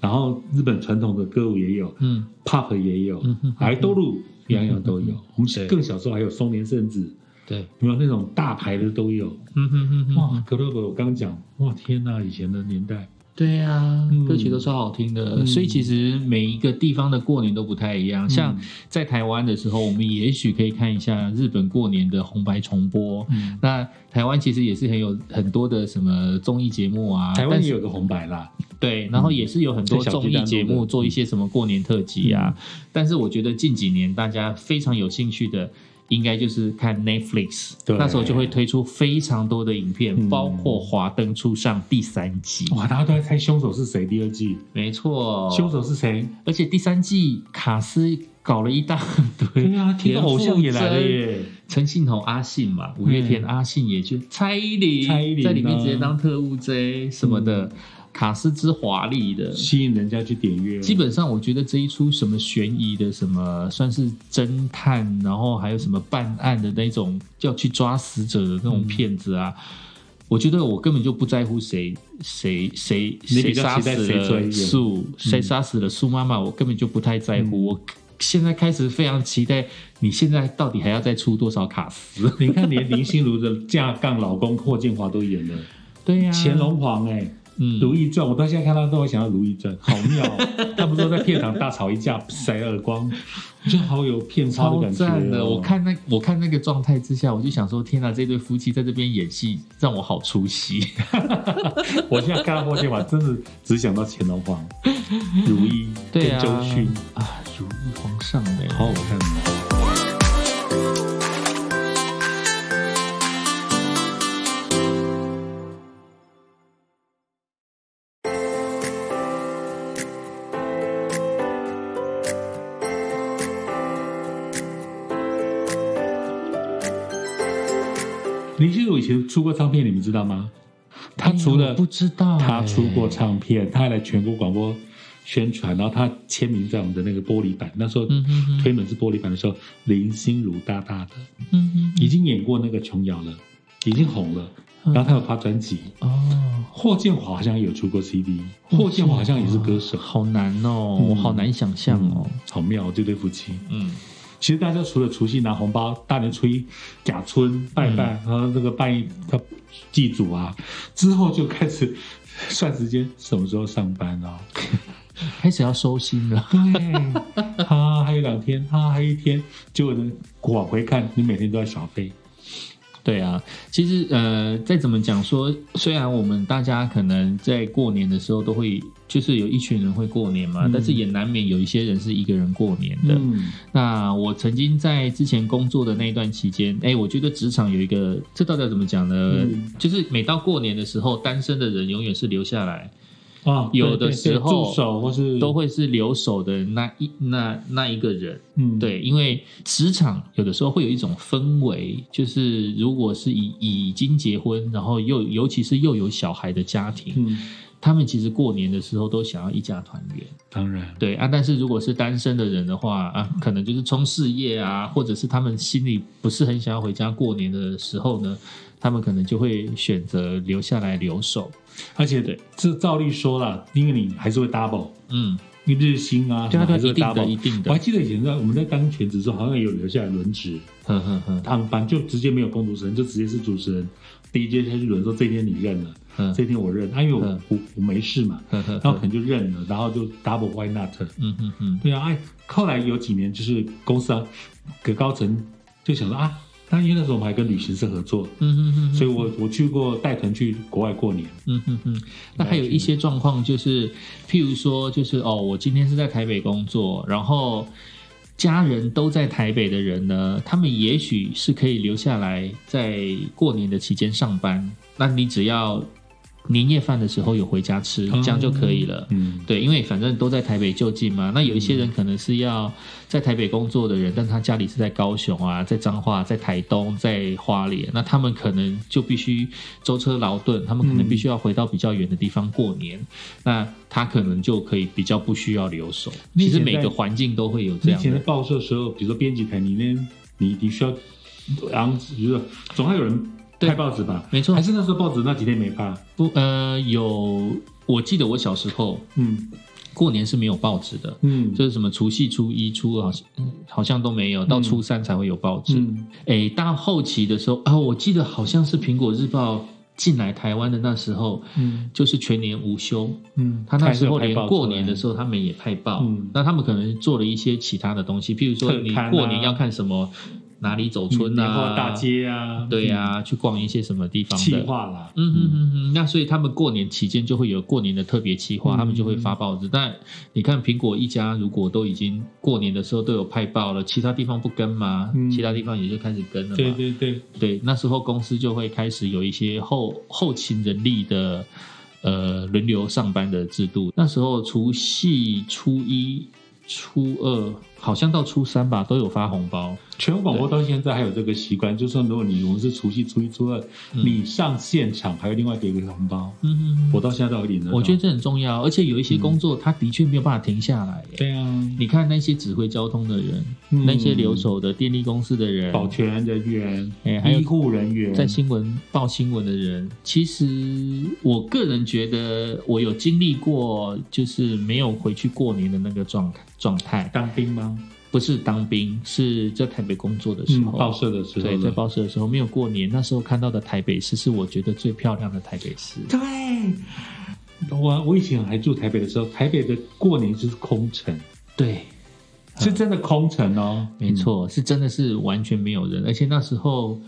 Speaker 2: 然后日本传统的歌舞也有，
Speaker 1: 嗯，
Speaker 2: pop 也有
Speaker 1: 嗯哼，
Speaker 2: 爱豆路样样都有。我
Speaker 1: 对
Speaker 2: 们更小时候还有松田圣子，
Speaker 1: 对，
Speaker 2: 有没有那种大牌的都有？
Speaker 1: 嗯哼哼哼，
Speaker 2: 哇 g l o b 我刚讲，哇天呐，以前的年代，
Speaker 1: 对呀、
Speaker 2: 嗯
Speaker 1: 歌曲都超好听的、
Speaker 2: 嗯
Speaker 1: 所以其实每一个地方的过年都不太一样。像在台湾的时候，我们也许可以看一下日本过年的红白重播。
Speaker 2: 嗯，
Speaker 1: 那台湾其实也是很有很多的什么综艺节目啊，
Speaker 2: 台
Speaker 1: 但
Speaker 2: 湾
Speaker 1: 是
Speaker 2: 也有个红白啦，
Speaker 1: 对，然后也是有很多
Speaker 2: 在小
Speaker 1: 综
Speaker 2: 巨
Speaker 1: 艺
Speaker 2: 蛋录
Speaker 1: 节目
Speaker 2: 的嗯
Speaker 1: 做一些什么过年特辑啊，但是我觉得近几年大家非常有兴趣的。应该就是看 Netflix，
Speaker 2: 对
Speaker 1: 那时候就会推出非常多的影片，
Speaker 2: 嗯
Speaker 1: 包括《华灯初上》第三季。
Speaker 2: 哇，大家都在猜凶手是谁。第二季
Speaker 1: 没错，
Speaker 2: 凶手是谁？
Speaker 1: 而且第三季卡斯搞了一大堆，
Speaker 2: 对啊，天
Speaker 1: 田
Speaker 2: 哪偶像也来了
Speaker 1: 馥甄
Speaker 2: 耶，
Speaker 1: 陈信宏、阿信嘛，五月天、
Speaker 2: 嗯
Speaker 1: 阿信也去，蔡依林
Speaker 2: 蔡依林啊嗯
Speaker 1: 在里面直接当特务 J 什么的，卡斯之华丽的，
Speaker 2: 吸引人家去点阅。
Speaker 1: 基本上我觉得这一出什么悬疑的什么算是侦探，然后还有什么办案的那种要去抓死者的那种骗子啊。
Speaker 2: 嗯
Speaker 1: 我觉得我根本就不在乎谁谁谁
Speaker 2: 你
Speaker 1: 谁
Speaker 2: 比较
Speaker 1: 杀
Speaker 2: 期待
Speaker 1: 死
Speaker 2: 谁专业
Speaker 1: 了树，
Speaker 2: 嗯
Speaker 1: 谁杀死了树妈妈，我根本就不太在乎。我现在开始非常期待，你现在到底还要再出多少卡司？
Speaker 2: 你看，连林心如的架杠老公霍建华都演了，
Speaker 1: 对呀、
Speaker 2: 乾，隆皇哎，
Speaker 1: 嗯
Speaker 2: 《如懿传》，我到现在看到都会想到《如懿传》，好 妙、哦！他们说在片场大吵一架，塞耳光，就好有片花的
Speaker 1: 超
Speaker 2: 感觉、
Speaker 1: 赞
Speaker 2: 哦。
Speaker 1: 的！我看那我看那个状态之下，我就想说：天哪，这对夫妻在这边演戏，让我好出戏。
Speaker 2: 我现在看到霍建华，真的只想到乾隆皇、如懿跟
Speaker 1: 对啊，
Speaker 2: 周迅，
Speaker 1: 啊，如意皇上的。
Speaker 2: 好好看哦。林心如以前出过唱片，你们知道吗？她除
Speaker 1: 哎
Speaker 2: 了
Speaker 1: 我不知道、哎
Speaker 2: 他出过唱片，他还来全国广播宣传，然后他签名在我们的那个玻璃板，那时候
Speaker 1: 嗯哼哼
Speaker 2: 推门是玻璃板的时候，林心如大大的
Speaker 1: 嗯嗯
Speaker 2: 已经演过那个琼瑶了，已经红了，
Speaker 1: 嗯
Speaker 2: 然后他有发专辑。
Speaker 1: 哦，
Speaker 2: 霍建华好像也有出过 CD，霍
Speaker 1: 嗯
Speaker 2: 建华好像也是歌手，
Speaker 1: 好难哦，
Speaker 2: 嗯
Speaker 1: 我好难想象哦。
Speaker 2: 好妙哦这对夫妻。
Speaker 1: 嗯，
Speaker 2: 其实大家除了除夕拿红包，大年初一假村拜拜，
Speaker 1: 嗯
Speaker 2: 然后那个拜他祭祖啊，之后就开始 算时间，什么时候上班啊？
Speaker 1: 嗯开始要收心了。
Speaker 2: 对，他还有两天，他还有一天，结果呢，往回看，你每天都在耍飞，
Speaker 1: 对啊，其实呃，再怎么讲说，虽然我们大家可能在过年的时候都会，就是有一群人会过年嘛，
Speaker 2: 嗯
Speaker 1: 但是也难免有一些人是一个人过年的。
Speaker 2: 嗯，
Speaker 1: 那我曾经在之前工作的那一段期间，哎，我觉得职场有一个，这到底要怎么讲呢？
Speaker 2: 嗯
Speaker 1: 就是每到过年的时候，单身的人永远是留下来，
Speaker 2: 啊，对
Speaker 1: 有的
Speaker 2: 对对
Speaker 1: 时候
Speaker 2: 助手或是
Speaker 1: 都，会是留守的那一那那一个人。
Speaker 2: 嗯，
Speaker 1: 对，因为职场有的时候会有一种氛围，就是如果是已已经结婚，然后又尤其是又有小孩的家庭，
Speaker 2: 嗯，
Speaker 1: 他们其实过年的时候都想要一家团圆。
Speaker 2: 当然，
Speaker 1: 对啊，但是如果是单身的人的话啊，可能就是冲事业啊，或者是他们心里不是很想要回家过年的时候呢，他们可能就会选择留下来留守。
Speaker 2: 而且
Speaker 1: 对
Speaker 2: 这照例说啦，因为你还是会 double，
Speaker 1: 嗯，
Speaker 2: 日薪啊，
Speaker 1: 对啊，对啊，
Speaker 2: 什
Speaker 1: 一
Speaker 2: 么
Speaker 1: 定
Speaker 2: 还是
Speaker 1: 的，
Speaker 2: 会
Speaker 1: 一
Speaker 2: double
Speaker 1: 定
Speaker 2: 我
Speaker 1: 的，
Speaker 2: 还记得以前在我们在当全职的时候，好像有留下来轮值
Speaker 1: 呵呵呵，
Speaker 2: 当班，就直接没有工读生，就直接是主持人。第一天下去轮说，这天你认了，
Speaker 1: 嗯
Speaker 2: 这天我认，啊，因为我
Speaker 1: 嗯
Speaker 2: 我我没事嘛，
Speaker 1: 呵呵，
Speaker 2: 然后可能就认了，然后就 double why not？
Speaker 1: 嗯嗯嗯，
Speaker 2: 对啊，哎，后来有几年就是公司啊，给高层就想说啊，那因为那时候我们还跟旅行社合作，
Speaker 1: 嗯嗯嗯，
Speaker 2: 所以我我去过带团去国外过年，
Speaker 1: 嗯哼哼，那还有一些状况就是，譬如说，就是哦，我今天是在台北工作，然后家人都在台北的人呢，他们也许是可以留下来在过年的期间上班，那你只要年夜饭的时候有回家吃，
Speaker 2: 嗯
Speaker 1: 这样就可以了。
Speaker 2: 嗯，
Speaker 1: 对，因为反正都在台北就近嘛。那有一些人可能是要在台北工作的人，但他家里是在高雄啊，在彰化，在台东，在花莲，那他们可能就必须舟车劳顿，他们可能
Speaker 2: 嗯
Speaker 1: 必须要回到比较远的地方过年。那他可能就可以比较不需要留守。
Speaker 2: 你以
Speaker 1: 其实
Speaker 2: 前
Speaker 1: 每
Speaker 2: 在
Speaker 1: 个环境都会有这
Speaker 2: 以
Speaker 1: 样
Speaker 2: 前在
Speaker 1: 的。
Speaker 2: 报社的时候，比如说编辑台里面，你你需要，然后比如说总要有人
Speaker 1: 对
Speaker 2: 派报纸吧，
Speaker 1: 没错
Speaker 2: 还，是那时候报纸那几天没发，
Speaker 1: 不呃有，我记得我小时候
Speaker 2: 嗯
Speaker 1: 过年是没有报纸的。
Speaker 2: 嗯，
Speaker 1: 就是什么除夕、初一、初二，好像嗯好像都没有，到初三才会有报纸。
Speaker 2: 嗯
Speaker 1: 诶，到后期的时候啊，我记得好像是苹果日报进来台湾的那时候，
Speaker 2: 嗯
Speaker 1: 就是全年无休。
Speaker 2: 嗯，
Speaker 1: 他那时候连过年的
Speaker 2: 候，
Speaker 1: 时候，他们也派报。
Speaker 2: 嗯
Speaker 1: 那他们可能做了一些其他的东西，譬如说
Speaker 2: 特
Speaker 1: 你
Speaker 2: 刊啊嗯
Speaker 1: 过年要看什么，哪里走
Speaker 2: 年
Speaker 1: 村啊，
Speaker 2: 货大，街啊，
Speaker 1: 对啊，去逛一些什么地
Speaker 2: 嗯，
Speaker 1: 方
Speaker 2: 气
Speaker 1: 的。
Speaker 2: 化啦，
Speaker 1: 嗯嗯嗯嗯，那所以他们过年期间就会有过年的特别企划，
Speaker 2: 嗯
Speaker 1: 他们就会发报纸。但你看苹果一家如果都已经过年的时候都有派报了，其他地方不跟嘛，
Speaker 2: 嗯
Speaker 1: 其他地方也就开始跟了嘛。
Speaker 2: 对对对，
Speaker 1: 对，那时候公司就会开始有一些后后勤人力的呃轮流上班的制度。那时候除夕、初一、初二，好像到初三吧，都有发红包。
Speaker 2: 全国广播到现在还有这个习惯，就算如果你我们是除夕、初一、初二，
Speaker 1: 嗯
Speaker 2: 你上现场还有另外给一个红包，
Speaker 1: 嗯，
Speaker 2: 我到现在都有领得到。
Speaker 1: 我觉得这很重要，而且有一些工作，他的确没有办法停下来耶。
Speaker 2: 嗯对啊，
Speaker 1: 你看那些指挥交通的人，
Speaker 2: 嗯
Speaker 1: 那些留守的电力公司的人，
Speaker 2: 保全人员、
Speaker 1: 哎还有
Speaker 2: 医护人员，
Speaker 1: 在新闻报新闻的人，其实我个人觉得，我有经历过，就是没有回去过年的那个状状态，
Speaker 2: 当兵吗？
Speaker 1: 不是当兵，是在台北工作的时
Speaker 2: 嗯，
Speaker 1: 候，
Speaker 2: 报社的时候
Speaker 1: 对，
Speaker 2: 了
Speaker 1: 在报社的时候没有过年，那时候看到的台北市是我觉得最漂亮的台北市。
Speaker 2: 对。我我以前还住台北的时候，台北的过年就是空城，
Speaker 1: 嗯对，
Speaker 2: 是真的空城哦，
Speaker 1: 没错，是真的是完全没有人，而且那时候。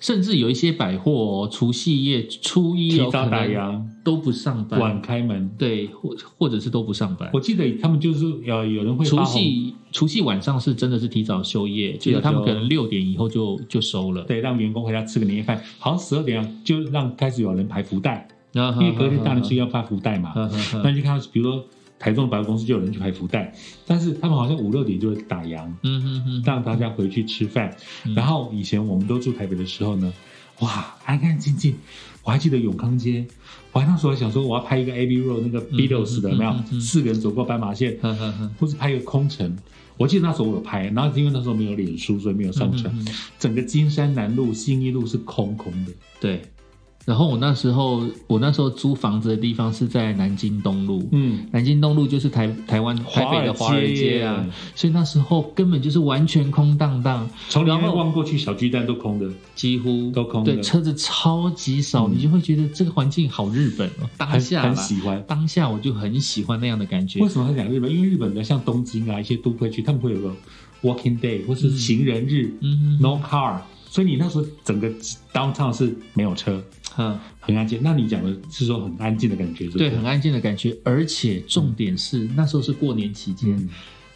Speaker 1: 甚至有一些百货、哦，除夕夜、初
Speaker 2: 嗯。
Speaker 1: 一
Speaker 2: 提
Speaker 1: 有、哦、
Speaker 2: 早
Speaker 1: 可
Speaker 2: 打
Speaker 1: 能
Speaker 2: 烊，
Speaker 1: 都不上班
Speaker 2: 晚，开门。
Speaker 1: 对，或或者是都不上班。
Speaker 2: 我记得他们就是呃，有人会
Speaker 1: 除
Speaker 2: 发红
Speaker 1: 夕除夕晚上是真的是提早休业，
Speaker 2: 提早休
Speaker 1: 就是他们可能六点以后就就收了。
Speaker 2: 对，让员工回家吃个年夜饭，好像十二点啊就让开始有人排福袋，
Speaker 1: 然后
Speaker 2: 因为隔天大年初一要发福袋嘛。
Speaker 1: 嗯
Speaker 2: 那就看到，比如说台中的百货公司就有人去排福袋，但是他们好像五六点就会打烊，
Speaker 1: 嗯哼哼，
Speaker 2: 让大家回去吃饭。
Speaker 1: 嗯
Speaker 2: 然后以前我们都住台北的时候呢，哇，安安静静。我还记得永康街，我还那时候还想说我要拍一个 AB Road 那个 Beatles
Speaker 1: 嗯
Speaker 2: 的，有没
Speaker 1: 嗯
Speaker 2: 有
Speaker 1: 嗯
Speaker 2: 四个人走过斑马线，
Speaker 1: 呵呵呵
Speaker 2: 或是拍一个空城。我记得那时候我有拍，然后因为那时候没有脸书，所以没有上传。
Speaker 1: 嗯哼哼
Speaker 2: 整个金山南路、信义路是空空的，
Speaker 1: 对。然后我那时候我那时候租房子的地方是在南京东路。
Speaker 2: 嗯，
Speaker 1: 南京东路就是台台湾台北的华尔街啊，所以那时候根本就是完全空荡荡，
Speaker 2: 从里面
Speaker 1: 然后
Speaker 2: 望过去，小巨蛋都空的，
Speaker 1: 几乎
Speaker 2: 都空的
Speaker 1: 对，车子超级少，
Speaker 2: 嗯
Speaker 1: 你就会觉得这个环境好日本哦。当
Speaker 2: 很
Speaker 1: 下
Speaker 2: 很
Speaker 1: 啦嗯
Speaker 2: 喜欢。
Speaker 1: 当下我就很喜欢那样的感觉
Speaker 2: 为，什么他讲日本？因为日本的像东京啊，一些都会区，他们会有个 Walking Day 或是行人日、
Speaker 1: 嗯
Speaker 2: n o Car，所以你那时候整个 downtown 是没有车，
Speaker 1: 嗯，
Speaker 2: 很安静。那你讲的是说很安静的感觉，是不
Speaker 1: 对，
Speaker 2: 是
Speaker 1: 很安静的感觉，而且重点是、那时候是过年期间，
Speaker 2: 嗯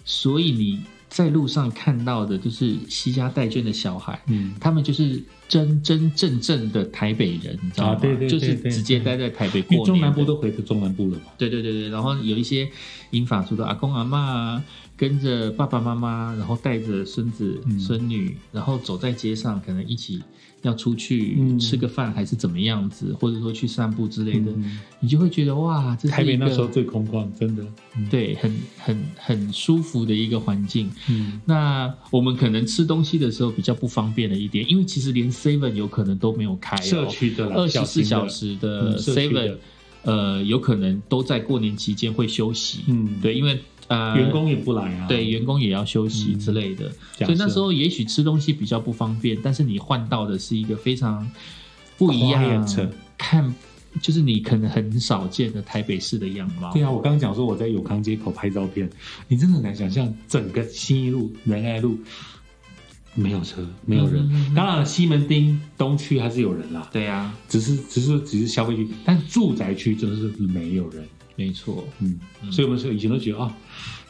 Speaker 1: 所以你在路上看到的就是惜家带眷的小孩，
Speaker 2: 嗯，
Speaker 1: 他们就是真真正正的台北人，你知道吗？
Speaker 2: 啊对对对
Speaker 1: 就是
Speaker 2: 对
Speaker 1: 直接待在台北
Speaker 2: 因为
Speaker 1: 过
Speaker 2: 中
Speaker 1: 年
Speaker 2: 南部
Speaker 1: 的。
Speaker 2: 都回到中南部了嘛。
Speaker 1: 对对对对，然后有一些英法族的阿公阿嬷啊，跟着爸爸妈妈，然后带着孙子、
Speaker 2: 嗯
Speaker 1: 孙女，然后走在街上，可能一起要出去、
Speaker 2: 嗯
Speaker 1: 吃个饭，还是怎么样子，或者说去散步之类的，
Speaker 2: 嗯
Speaker 1: 你就会觉得哇，这是
Speaker 2: 台北
Speaker 1: 一个
Speaker 2: 那时候最空旷，真的。嗯，
Speaker 1: 对，很很很舒服的一个环境。
Speaker 2: 嗯，
Speaker 1: 那我们可能吃东西的时候比较不方便了一点，因为其实连 Seven 有可能都没有开、哦，
Speaker 2: 社区的啦，
Speaker 1: 二十
Speaker 2: 小型
Speaker 1: 四
Speaker 2: 的
Speaker 1: 小时的
Speaker 2: 嗯社区
Speaker 1: Seven、
Speaker 2: 的
Speaker 1: 呃，有可能都在过年期间会休息，
Speaker 2: 嗯，
Speaker 1: 对，因为呃，
Speaker 2: 员工也不来啊，
Speaker 1: 对，员工也要休息之类的，
Speaker 2: 假设，
Speaker 1: 所以那时候也许吃东西比较不方便，但是你换到的是一个非常不一样
Speaker 2: Quiet
Speaker 1: 看，就是你可能很少见的台北市的样貌
Speaker 2: 对。啊，我刚刚讲说我在永康街口拍照片，你真的很难想象整个新一路、仁爱路没有车，没有人。
Speaker 1: 嗯
Speaker 2: 当然了，西门町东区还是有人啦，
Speaker 1: 对啊，
Speaker 2: 只是只是只是消费区，但住宅区就是没有人。
Speaker 1: 没错，
Speaker 2: 嗯，
Speaker 1: 嗯
Speaker 2: 所以我们说以前都觉得啊、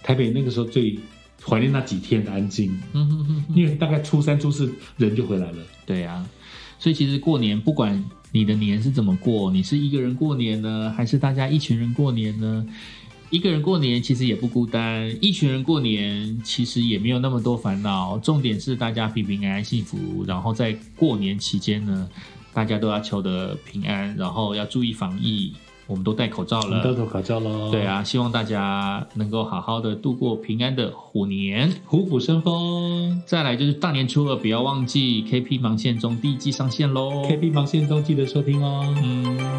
Speaker 2: 台北那个时候最怀念那几天的安静，
Speaker 1: 嗯哼哼哼，
Speaker 2: 因为大概初三、初四人就回来了。
Speaker 1: 对啊，所以其实过年不管你的年是怎么过，你是一个人过年呢，还是大家一群人过年呢？一个人过年其实也不孤单，一群人过年其实也没有那么多烦恼。重点是大家平平安安、幸福。然后在过年期间呢，大家都要求得平安，然后要注意防疫。我们都戴口罩
Speaker 2: 我们到
Speaker 1: 了，
Speaker 2: 头考照喽。
Speaker 1: 对，啊，希望大家能够好好的度过平安的虎年。
Speaker 2: 虎虎生风。
Speaker 1: 再来就是大年初二，不要忘记 KP 盲线中第一季上线喽。
Speaker 2: KP 盲线中记得收听哦。
Speaker 1: 嗯，